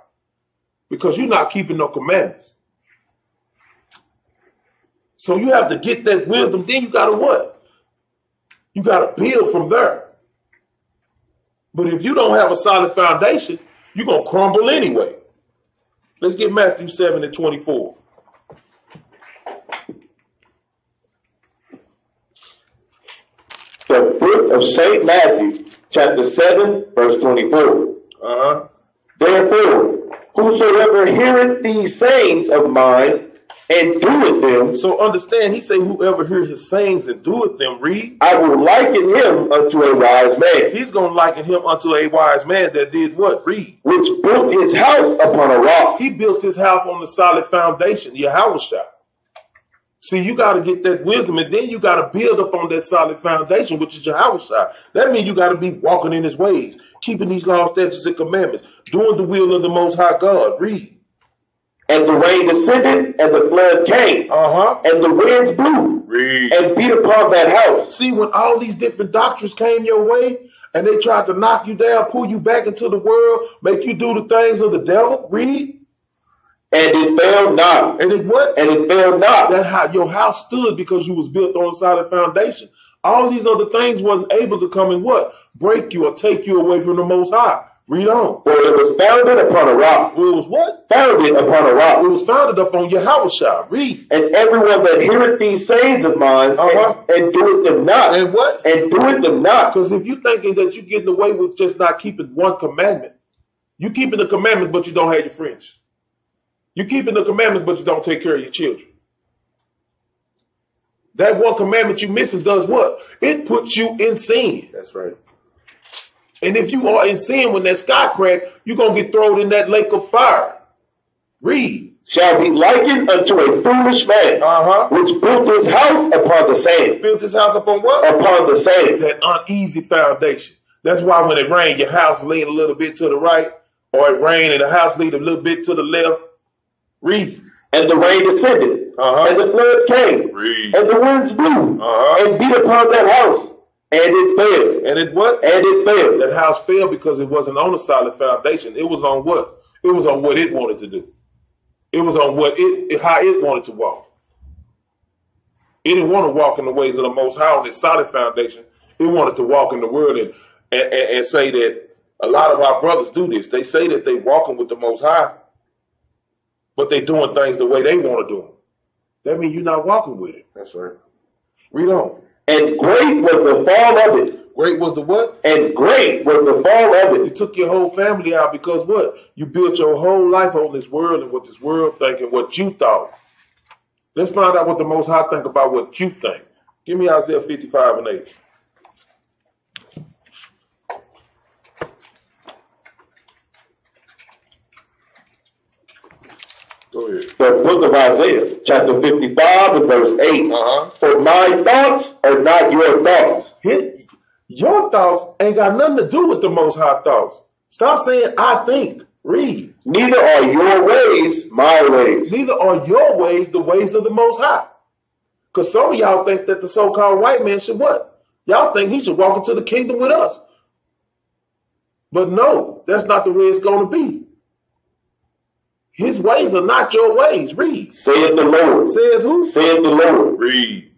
Speaker 1: because you're not keeping no commandments. So you have to get that wisdom. Then you gotta what? You gotta build from there. But if you don't have a solid foundation, you're gonna crumble anyway. Let's get Matthew 7 and 24.
Speaker 2: The book of St. Matthew, chapter 7, verse 24.
Speaker 1: Uh-huh.
Speaker 2: Therefore, whosoever heareth these sayings of mine and doeth them,
Speaker 1: So understand, he say, whoever hear his sayings and doeth them, read,
Speaker 2: I will liken him unto a wise man,
Speaker 1: he's gonna liken him unto a wise man that did what? Read.
Speaker 2: which built his house upon a rock.
Speaker 1: He built his house on the solid foundation, your house shop. See, you gotta get that wisdom, and then you gotta build up on that solid foundation, which is your house shop. That means you gotta be walking in his ways, keeping these laws, statutes, and commandments, doing the will of the most high God. Read.
Speaker 2: And the rain descended, and the flood came,
Speaker 1: Uh-huh.
Speaker 2: and the winds blew,
Speaker 1: Read.
Speaker 2: and beat upon that house.
Speaker 1: See, when all these different doctrines came your way and they tried to knock you down, pull you back into the world, make you do the things of the devil, read,
Speaker 2: And it fell not,
Speaker 1: and it what?
Speaker 2: and it fell not,
Speaker 1: That how your house stood because you was built on a solid foundation. All these other things wasn't able to come and what? Break you or take you away from the most high. Read on.
Speaker 2: For it was founded upon a rock,
Speaker 1: Well, it was what?
Speaker 2: founded upon a
Speaker 1: It
Speaker 2: rock.
Speaker 1: was founded upon Yahweh. Read.
Speaker 2: And everyone that heareth these sayings of mine and-
Speaker 1: Uh-huh.
Speaker 2: and, doeth them not,
Speaker 1: And what?
Speaker 2: and doeth them not,
Speaker 1: Because if you're thinking that you're getting away with just not keeping one commandment, you keeping the commandments, but you don't have your friends. you keeping the commandments, but you don't take care of your children. That one commandment you missing does what? It puts you in sin.
Speaker 3: That's right.
Speaker 1: And if you are in sin when that sky crack, you're going to get thrown in that lake of fire. Read.
Speaker 2: shall be likened unto a foolish man,
Speaker 1: Uh
Speaker 3: Uh-huh.
Speaker 1: huh.
Speaker 2: which built his house upon the sand,
Speaker 1: Built his house up on what?
Speaker 2: upon the sand.
Speaker 1: that uneasy foundation. That's why when it rained, your house leaned a little bit to the right, or it rained and the house leaned a little bit to the left. Read.
Speaker 2: And the rain descended,
Speaker 1: Uh-huh.
Speaker 2: and the floods came,
Speaker 1: Read.
Speaker 2: and the winds blew,
Speaker 1: Uh-huh.
Speaker 2: and beat upon that house, and it fell,
Speaker 1: And it what?
Speaker 2: and it fell.
Speaker 1: That house fell because it wasn't on a solid foundation. It was on what? It was on what it wanted to do. It was on what it how it wanted to walk. It didn't want to walk in the ways of the Most High on its solid foundation. It wanted to walk in the world and, and, and, and say that a lot of our brothers do this. They say that they walking with the Most High, but they doing things the way they want to do them. That means you're not walking with it.
Speaker 3: That's right.
Speaker 1: Read on.
Speaker 2: And great was the fall of it,
Speaker 1: Great was the what?
Speaker 2: and great was the fall of
Speaker 1: You
Speaker 2: it.
Speaker 1: took your whole family out because what? You built your whole life on this world and what this world think and what you thought. Let's find out what the Most High think about what you think. Give me Isaiah 55 and 8. Go ahead.
Speaker 2: The book of Isaiah, chapter 55 and verse 8.
Speaker 1: Uh-huh.
Speaker 2: For my thoughts are not your thoughts,
Speaker 1: Hit, your thoughts ain't got nothing to do with the Most High thoughts. Stop saying I think. Read.
Speaker 2: neither are your ways my ways.
Speaker 1: Neither are your ways the ways of the Most High. Because some of y'all think that the so called white man should what? Y'all think he should walk into the kingdom with us. But no, that's not the way it's going to be. His ways are not your ways. Read.
Speaker 2: Saith the Lord,
Speaker 1: Says who?
Speaker 2: saith the Lord.
Speaker 1: Read.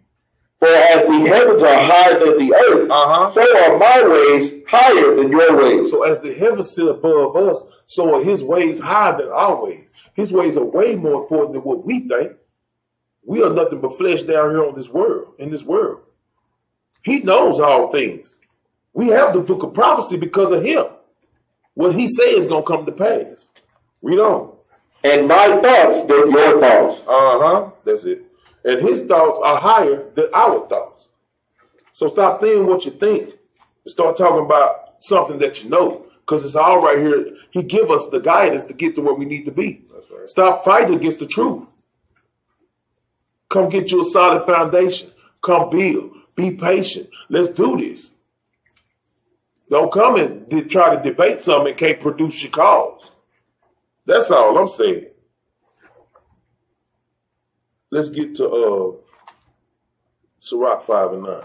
Speaker 2: For as the heavens are higher than the earth,
Speaker 1: Uh huh.
Speaker 2: so are my ways higher than your ways.
Speaker 1: So as the heavens sit above us, so are his ways higher than our ways. His ways are way more important than what we think. We are nothing but flesh down here on this world, in this world. He knows all things. We have the book of prophecy because of him. What he says is gonna come to pass. We don't.
Speaker 2: And my thoughts than your thoughts.
Speaker 1: Uh-huh. That's it. And his thoughts are higher than our thoughts. So stop thinking what you think. And start talking about something that you know. Because it's all right here. He give us the guidance to get to where we need to be.
Speaker 3: That's right.
Speaker 1: Stop fighting against the truth. Come get you a solid foundation. Come build. Be patient. Let's do this. Don't come and de- try to debate something and can't produce your cause. That's all I'm saying. Let's get to uh Sirach five and nine.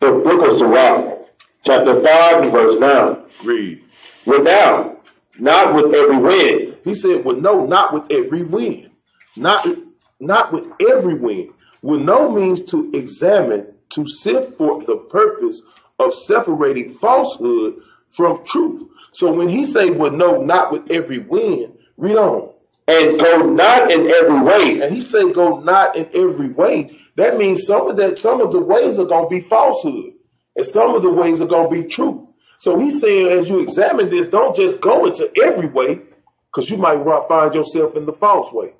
Speaker 2: The book of Sirach, chapter 5, and verse 9.
Speaker 1: Read.
Speaker 2: Without, not with every wind,
Speaker 1: He said, "Well, no, not with every wind, not not with every wind. With no means to examine, to sift for the purpose of separating falsehood from truth." So when he say, "Well, no, not with every wind," read on.
Speaker 2: and go not in every way,
Speaker 1: And he say, "Go not in every way." That means some of that, some of the ways are gonna be falsehood, and some of the ways are gonna be truth. So he's saying, as you examine this, don't just go into every way, because you might wa- find yourself in the false way.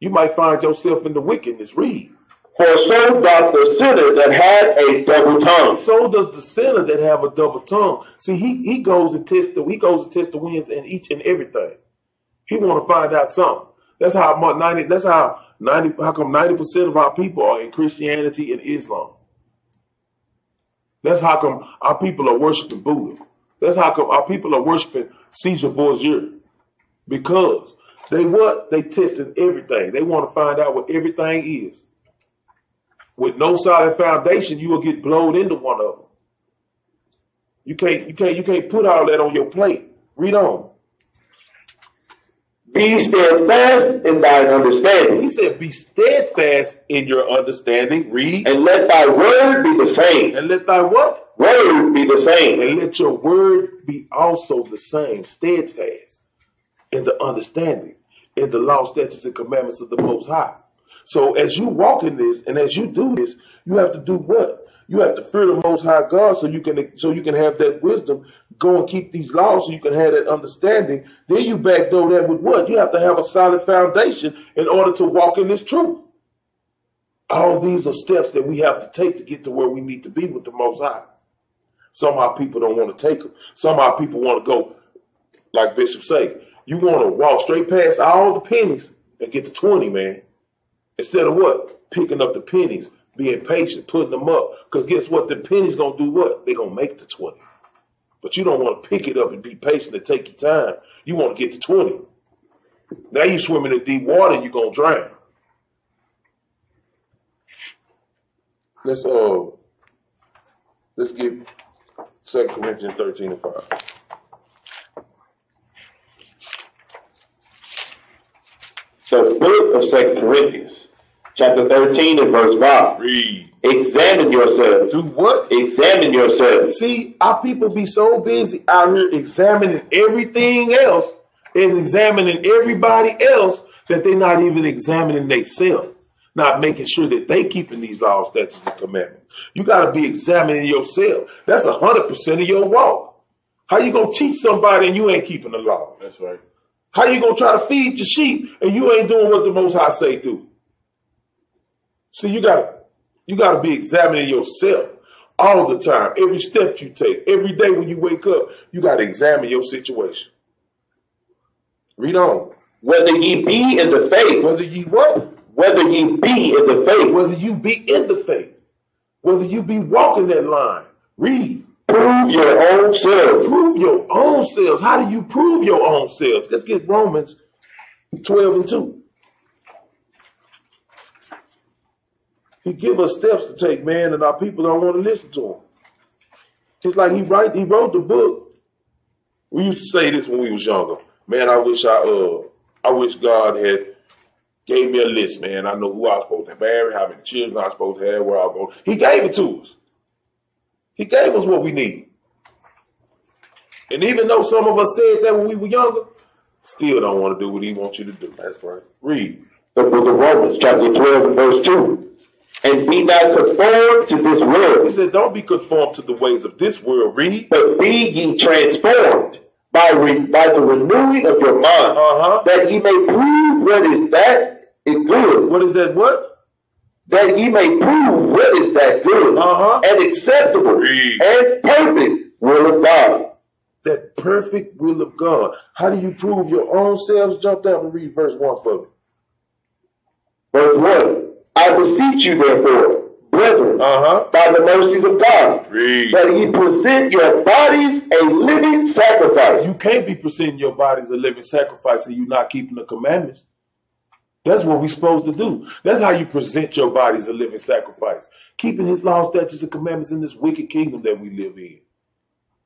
Speaker 1: You might find yourself in the wickedness. Read.
Speaker 2: for so doth the sinner that had a double tongue.
Speaker 1: So does the sinner that have a double tongue. See, he he goes and test the he goes and test the winds in each and everything. He want to find out something. That's how mu- ninety. That's how ninety. How come ninety percent of our people are in Christianity and Islam? That's how come our people are worshiping Buddha. That's how come our people are worshiping Caesar Borgia, because they what they testing everything. They want to find out what everything is with no solid foundation, you will get blowed into one of them. You can't, you can't, you can't put all that on your plate. Read on.
Speaker 2: Be steadfast in thine
Speaker 1: He
Speaker 2: understanding,
Speaker 1: said, Be steadfast in your understanding. Read.
Speaker 2: and let thy word be the same.
Speaker 1: And let thy what?
Speaker 2: Word be the same.
Speaker 1: And let your word be also the same, steadfast in the understanding, in the law, statutes, and commandments of the Most High. So as you walk in this, and as you do this, you have to do what? You have to fear the Most High God, so you can so you can have that wisdom. Go and keep these laws, so you can have that understanding. Then you backdoor that with what? You have to have a solid foundation in order to walk in this truth. All these are steps that we have to take to get to where we need to be with the Most High. Somehow people don't want to take them. Somehow people want to go, like Bishop say, you want to walk straight past all the pennies and get to 20, man. Instead of what? Picking up the pennies, being patient, putting them up. Because guess what? The pennies going to do what? they going to make the 20. But you don't want to pick it up and be patient and take your time. You want to get to 20. Now you swimming in deep water, you're going to drown. Let's, uh, let's get 2 Corinthians 13 and 5.
Speaker 2: The book of Second Corinthians, chapter 13 and verse 5.
Speaker 1: Read.
Speaker 2: Examine yourselves.
Speaker 1: Do what?
Speaker 2: Examine yourselves.
Speaker 1: See, our people be so busy out here examining everything else and examining everybody else that they're not even examining themselves, not making sure that they keeping these laws, statutes, and commandments. You got to be examining yourself. That's a hundred percent of your walk. How you gonna teach somebody and you ain't keeping the law?
Speaker 3: That's right.
Speaker 1: How you gonna try to feed your sheep and you ain't doing what the Most High say do? See, you gotta you gotta be examining yourself all the time. Every step you take, every day when you wake up, you gotta examine your situation. Read on.
Speaker 2: Whether ye be in the faith,
Speaker 1: Whether you what,
Speaker 2: whether ye be in the faith,
Speaker 1: whether you be in the faith, whether you be walking that line, read.
Speaker 2: prove your own selves.
Speaker 1: Prove your own selves. How do you prove your own selves? Let's get Romans 12 and 2. He give us steps to take, man, and our people don't want to listen to him. It's like he write, he wrote the book. We used to say this when we was younger. Man, I wish I uh I wish God had gave me a list, man. I know who I was supposed to marry, how many children I was supposed to have, where I was going. He gave it to us. He gave us what we need. And even though some of us said that when we were younger, still don't want to do what he wants you to do. That's right. Read.
Speaker 2: The book of Romans, chapter 12 and verse 2. And be not conformed to this
Speaker 1: He
Speaker 2: world,
Speaker 1: said, Don't be conformed to the ways of this world. Read.
Speaker 2: but be ye transformed by, re- by the renewing of your mind,
Speaker 1: Uh-huh.
Speaker 2: that ye may prove what is that is good,
Speaker 1: What is that? What?
Speaker 2: that ye may prove what is that good
Speaker 1: Uh-huh.
Speaker 2: and acceptable
Speaker 1: Read.
Speaker 2: and perfect will of God.
Speaker 1: That perfect will of God. How do you prove your own selves? Jump down and read verse 1 for me.
Speaker 2: Verse 1. I beseech you, therefore, brethren,
Speaker 1: Uh-huh.
Speaker 2: by the mercies of God,
Speaker 1: Read.
Speaker 2: that ye present your bodies a living sacrifice.
Speaker 1: You can't be presenting your body as a living sacrifice and you not keeping the commandments. That's what we're supposed to do. That's how you present your body as a living sacrifice. Keeping his laws, statutes, and commandments in this wicked kingdom that we live in.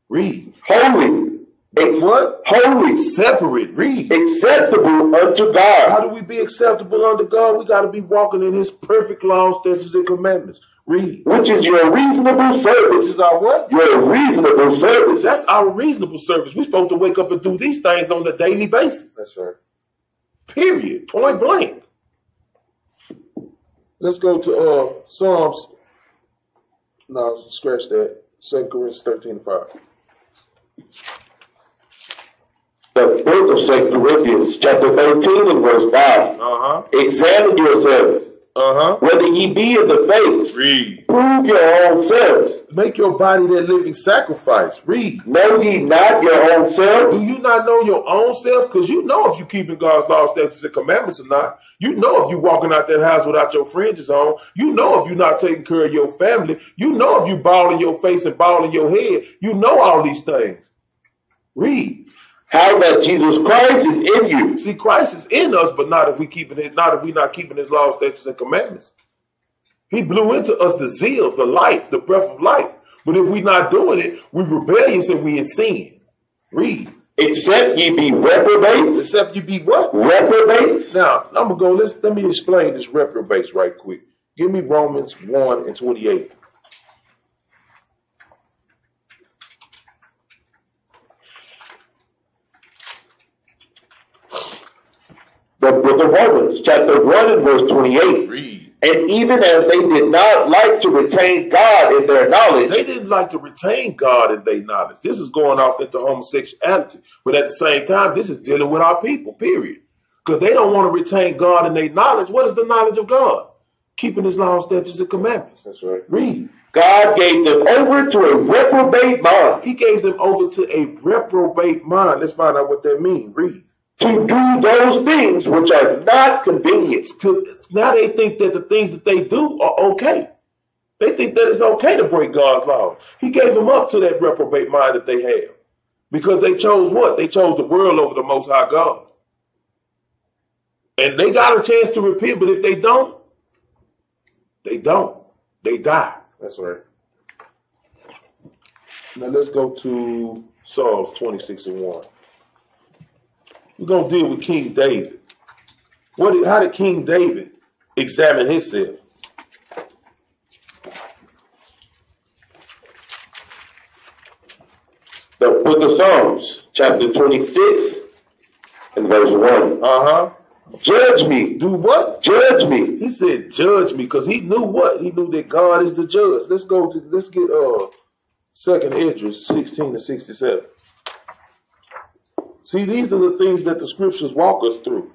Speaker 1: Read.
Speaker 2: Holy. Ex-
Speaker 1: What?
Speaker 2: Holy.
Speaker 1: Separate. Read.
Speaker 2: Acceptable unto
Speaker 1: How
Speaker 2: God.
Speaker 1: do we be acceptable unto God? We got to be walking in his perfect laws, statutes, and commandments. Read.
Speaker 2: Which is your reasonable
Speaker 1: This
Speaker 2: service.
Speaker 1: is our what?
Speaker 2: Your reasonable service.
Speaker 1: That's our reasonable service. We're supposed to wake up and do these things on a daily basis.
Speaker 3: That's right.
Speaker 1: Period. Point blank. Let's go to uh Psalms. No, scratch that. Second Corinthians 13 and 5.
Speaker 2: The book of 2 Corinthians, chapter 13 and verse 5.
Speaker 1: Uh-huh.
Speaker 2: Examine yourselves,
Speaker 1: Uh-huh.
Speaker 2: whether ye be in the faith.
Speaker 1: Read.
Speaker 2: Prove your own selves.
Speaker 1: Make your body that living sacrifice. Read.
Speaker 2: Know ye not your own
Speaker 1: Do
Speaker 2: selves,
Speaker 1: you not know your own self? Because you know if you keeping God's laws, statutes, and commandments or not. You know if you walking out that house without your fringes on. You know if you're not taking care of your family. You know if you balling your face and balling your head. You know all these things. Read.
Speaker 2: how that Jesus Christ is in you,
Speaker 1: See, Christ is in us, but not if we keeping it, not if we not keeping his laws, statutes, and commandments. He blew into us the zeal, the life, the breath of life. But if we not doing it, we rebellious and we in sin. Read.
Speaker 2: except ye be reprobates,
Speaker 1: Except you be what?
Speaker 2: reprobates.
Speaker 1: Now, I'm gonna go. Let's let me explain this reprobates right quick. Give me Romans one and twenty eight.
Speaker 2: The book of Romans, chapter 1 and verse 28.
Speaker 1: Read.
Speaker 2: And even as they did not like to retain God in their knowledge,
Speaker 1: They didn't like to retain God in their knowledge. This is going off into homosexuality, but at the same time, this is dealing with our people. Period. Because they don't want to retain God in their knowledge. What is the knowledge of God? Keeping His laws, statutes, and commandments.
Speaker 2: That's right.
Speaker 1: Read.
Speaker 2: God gave them over to a reprobate mind
Speaker 1: He gave them over to a reprobate mind. Let's find out what that means. Read.
Speaker 2: to do those things which are not convenient.
Speaker 1: to now they think that the things that they do are okay. They think that it's okay to break God's law. He gave them up to that reprobate mind that they have. Because they chose what? They chose the world over the most high God. And they got a chance to repent, but if they don't, they don't. They die.
Speaker 2: That's right.
Speaker 1: Now let's go to Psalms 26 and 1. We're going to deal with King David. What did, how did King David examine himself?
Speaker 2: The book of Psalms, chapter 26 and verse
Speaker 1: Uh
Speaker 2: 1.
Speaker 1: huh.
Speaker 2: Judge me,
Speaker 1: Do what?
Speaker 2: judge me.
Speaker 1: He said, "Judge me," because he knew what he knew that God is the judge. Let's go to let's get uh Second Idris sixteen to sixty seven. See, these are the things that the scriptures walk us through.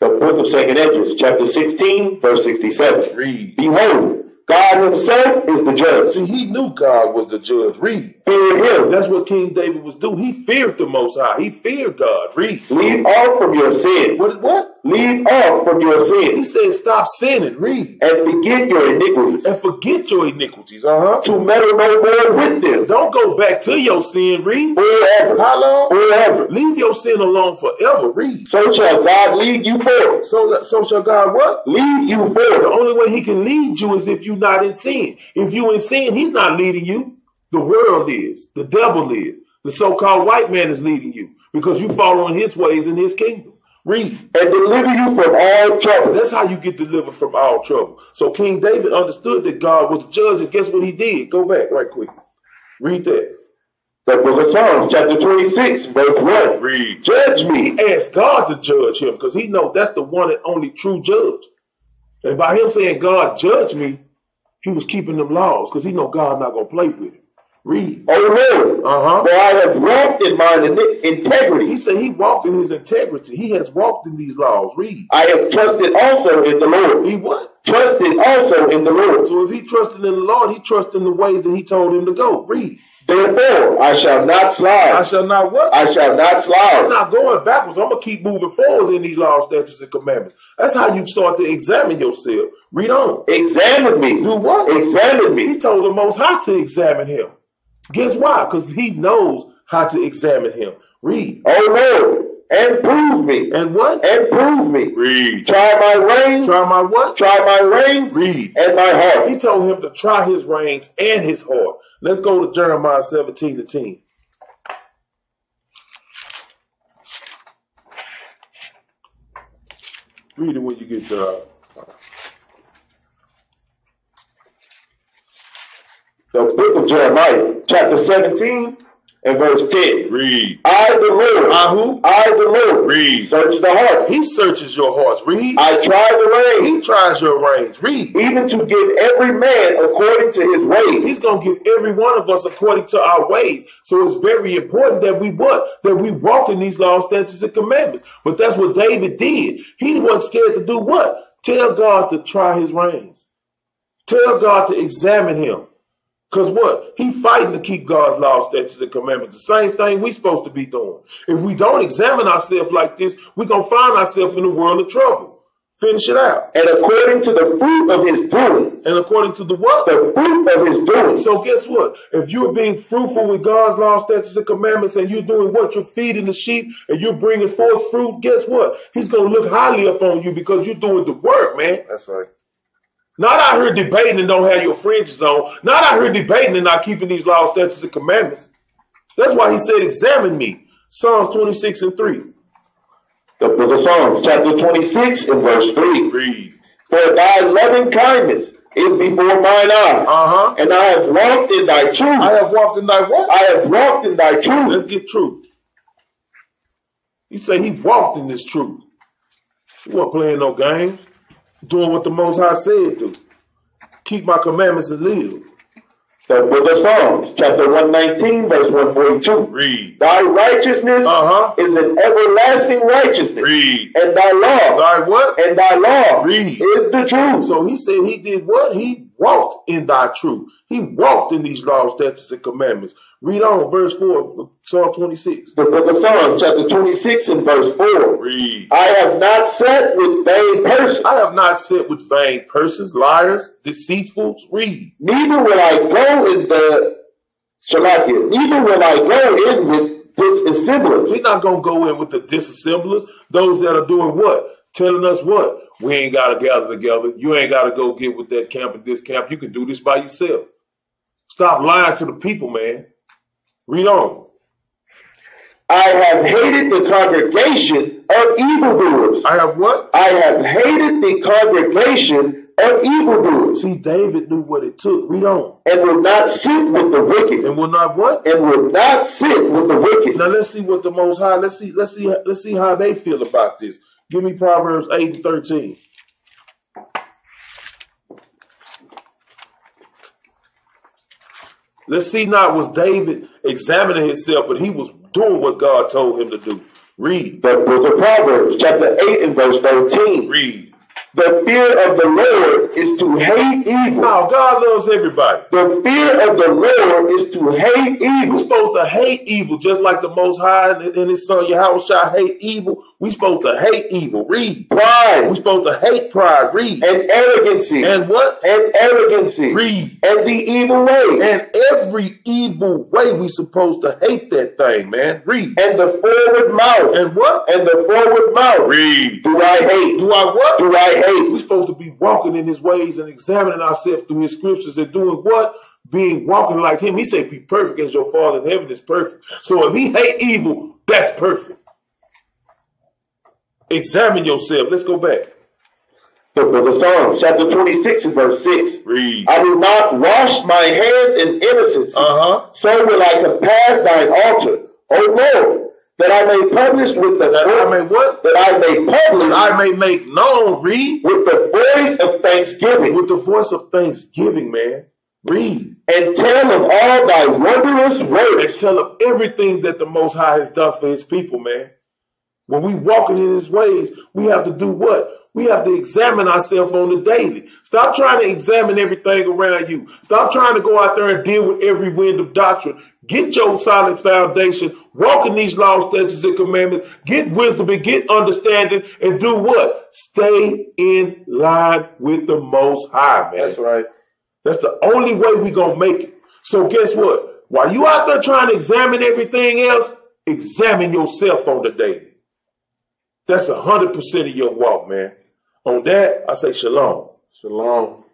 Speaker 2: The book of Second Edges, chapter 16, verse 67.
Speaker 1: Read.
Speaker 2: Behold, God himself is the judge.
Speaker 1: See, he knew God was the judge. Read.
Speaker 2: Fear him.
Speaker 1: That's what King David was doing. He feared the Most High. He feared God. Read.
Speaker 2: Leave off from your sins.
Speaker 1: What? What?
Speaker 2: Leave off from your
Speaker 1: He
Speaker 2: sins
Speaker 1: said, "Stop sinning." Read.
Speaker 2: and forget your iniquities.
Speaker 1: And forget your iniquities. Uh huh.
Speaker 2: To meddle no more with them.
Speaker 1: Don't go back to your sin. Read.
Speaker 2: Forever.
Speaker 1: How long?
Speaker 2: Forever.
Speaker 1: Leave your sin alone forever. Read.
Speaker 2: So shall God lead you forth.
Speaker 1: So, so shall God what?
Speaker 2: Lead you
Speaker 1: The
Speaker 2: forth.
Speaker 1: only way he can lead you is if you're not in sin. If you in sin, he's not leading you. The world is. The devil is. The so-called white man is leading you because you following his ways in his kingdom. Read.
Speaker 2: and deliver you from all trouble.
Speaker 1: That's how you get delivered from all trouble. So King David understood that God was the judge, and guess what he did? Go back right quick. Read that.
Speaker 2: The book of Psalms, chapter 26, verse 1.
Speaker 1: Read.
Speaker 2: Judge me,
Speaker 1: ask God to judge him because he know that's the one and only true judge. And by him saying God judge me, he was keeping them laws because he know God not gonna play with him. Read.
Speaker 2: O Lord,
Speaker 1: Uh huh.
Speaker 2: for I have walked in mine in-
Speaker 1: He
Speaker 2: integrity.
Speaker 1: said he walked in his integrity. He has walked in these laws. Read.
Speaker 2: I have trusted also in the Lord.
Speaker 1: He what?
Speaker 2: Trusted also in the Lord.
Speaker 1: So if he trusted in the Lord, he trusted in the ways that he told him to go. Read.
Speaker 2: Therefore, I shall not
Speaker 1: I
Speaker 2: slide.
Speaker 1: shall not what?
Speaker 2: I shall not
Speaker 1: I'm
Speaker 2: slide.
Speaker 1: not going backwards. I'm gonna keep moving forward in these laws, statutes, and commandments. That's how you start to examine yourself. Read on.
Speaker 2: Examine me.
Speaker 1: Do what?
Speaker 2: Examine me.
Speaker 1: He told the Most High to examine him. Guess why? Because he knows how to examine him. Read.
Speaker 2: O Oh, Lord, and prove me.
Speaker 1: And what?
Speaker 2: And prove me.
Speaker 1: Read.
Speaker 2: Try my reins.
Speaker 1: Try my what?
Speaker 2: Try my reins
Speaker 1: Read.
Speaker 2: and my heart.
Speaker 1: He told him to try his reins and his heart. Let's go to Jeremiah 17 to 10. Read it when you get there.
Speaker 2: The book of Jeremiah, chapter 17 and verse 10.
Speaker 1: Read.
Speaker 2: I the Lord.
Speaker 1: I who?
Speaker 2: I the Lord.
Speaker 1: Read.
Speaker 2: Search the heart.
Speaker 1: He searches your hearts. Read.
Speaker 2: I try the
Speaker 1: He
Speaker 2: reins,
Speaker 1: tries your reins. Read.
Speaker 2: even to give every man according to his ways.
Speaker 1: He's gonna give every one of us according to our ways. So it's very important that we what? That we walk in these laws, statutes, and commandments. But that's what David did. He wasn't scared to do what? Tell God to try his reins. Tell God to examine him. Cause what? He fighting to keep God's laws, statutes, and commandments. The same thing we supposed to be doing. If we don't examine ourselves like this, we gonna find ourselves in a world of trouble. Finish it out.
Speaker 2: And according to the fruit of his doings.
Speaker 1: And according to the what?
Speaker 2: The fruit of his doings.
Speaker 1: So guess what? If you're being fruitful with God's laws, statutes, and commandments, and you're doing what you're feeding the sheep, and you're bringing forth fruit, guess what? He's gonna look highly upon you because you're doing the work, man.
Speaker 2: That's right.
Speaker 1: Not out here debating and don't have your fringes on. Not out here debating and not keeping these laws, statutes, and commandments. That's why he said, Examine me. Psalms 26 and 3.
Speaker 2: The book of Psalms, chapter 26 and verse 3.
Speaker 1: Read.
Speaker 2: For thy loving kindness is before mine
Speaker 1: Uh
Speaker 2: eyes,
Speaker 1: huh.
Speaker 2: and I have walked in thy truth.
Speaker 1: I have walked in thy walk.
Speaker 2: I have walked in thy truth.
Speaker 1: Let's get truth. He said he walked in this truth. He wasn't playing no games, doing what the Most High said do. Keep my commandments and live.
Speaker 2: The book of Psalms, chapter 119, verse 142.
Speaker 1: Read.
Speaker 2: Thy righteousness
Speaker 1: Uh-huh.
Speaker 2: is an everlasting righteousness,
Speaker 1: Read.
Speaker 2: and thy law,
Speaker 1: Thy what?
Speaker 2: and thy law
Speaker 1: Read.
Speaker 2: is the truth.
Speaker 1: So he said he did what? He walked in thy truth. He walked in these laws, statutes, and commandments. Read on, verse 4 of Psalm 26.
Speaker 2: The book of Psalms, chapter 26 and verse 4.
Speaker 1: Read.
Speaker 2: I have not sat with vain persons,
Speaker 1: I have not sat with vain persons, liars, deceitfuls. Read.
Speaker 2: neither will I go in the Shalakia, neither will I go in with disassemblers.
Speaker 1: We're not gonna go in with the disassemblers, those that are doing what? Telling us what? We ain't gotta gather together. You ain't gotta go get with that camp and this camp. You can do this by yourself. Stop lying to the people, man. Read on.
Speaker 2: I have hated the congregation of evildoers.
Speaker 1: I have what?
Speaker 2: I have hated the congregation of evildoers,
Speaker 1: See, David knew what it took. Read on.
Speaker 2: and will not sit with the wicked,
Speaker 1: And will not what?
Speaker 2: and will not sit with the wicked.
Speaker 1: Now let's see what the most high, let's see, let's see, let's see how they feel about this. Give me Proverbs 8 and 13. Let's see not was David examining himself, but he was doing what God told him to do. Read.
Speaker 2: The book of Proverbs, chapter 8 and verse 13.
Speaker 1: Read.
Speaker 2: The fear of the Lord is to hate evil.
Speaker 1: Now God loves everybody.
Speaker 2: The fear of the Lord is to hate
Speaker 1: We're
Speaker 2: evil.
Speaker 1: supposed to hate evil, just like the Most High and and His Son Yahushua hate evil. We're supposed to hate evil. Read. We're
Speaker 2: Pride
Speaker 1: supposed to hate pride. Read.
Speaker 2: and arrogancy and
Speaker 1: And what?
Speaker 2: arrogancy
Speaker 1: Read.
Speaker 2: and the evil way
Speaker 1: And every evil way we supposed to hate that thing, man. Read.
Speaker 2: and the forward mouth
Speaker 1: And what?
Speaker 2: and the forward mouth
Speaker 1: Read.
Speaker 2: do I hate.
Speaker 1: Do I what?
Speaker 2: Do I
Speaker 1: We're
Speaker 2: hate?
Speaker 1: supposed to be walking in his ways and examining ourselves through his scriptures and doing what? Being walking like him. He said, be perfect as your father in heaven is perfect. So if he hate evil, that's perfect. Examine yourself. Let's go back.
Speaker 2: The book of Psalms, chapter 26 and verse 6.
Speaker 1: Read.
Speaker 2: I will not wash my hands in innocence,
Speaker 1: Uh-huh.
Speaker 2: so will I compass thine altar, O Lord, that I may publish with the
Speaker 1: That I may what?
Speaker 2: that I may publish
Speaker 1: I may make known, read,
Speaker 2: with the voice of thanksgiving
Speaker 1: with the voice of thanksgiving, man. Read.
Speaker 2: and tell of all thy wondrous
Speaker 1: and
Speaker 2: works.
Speaker 1: tell him everything that the Most High has done for His people, man. When we walking in His ways, we have to do what? We have to examine ourselves on the daily. Stop trying to examine everything around you. Stop trying to go out there and deal with every wind of doctrine. Get your solid foundation. Walk in these laws, statutes, and commandments. Get wisdom and get understanding, and do what? Stay in line with the Most High, man.
Speaker 2: right.
Speaker 1: That's the only way we gonna make it. So guess what? While you out there trying to examine everything else, examine yourself on the daily. That's a hundred percent of your walk, man. On that, I say shalom.
Speaker 2: Shalom.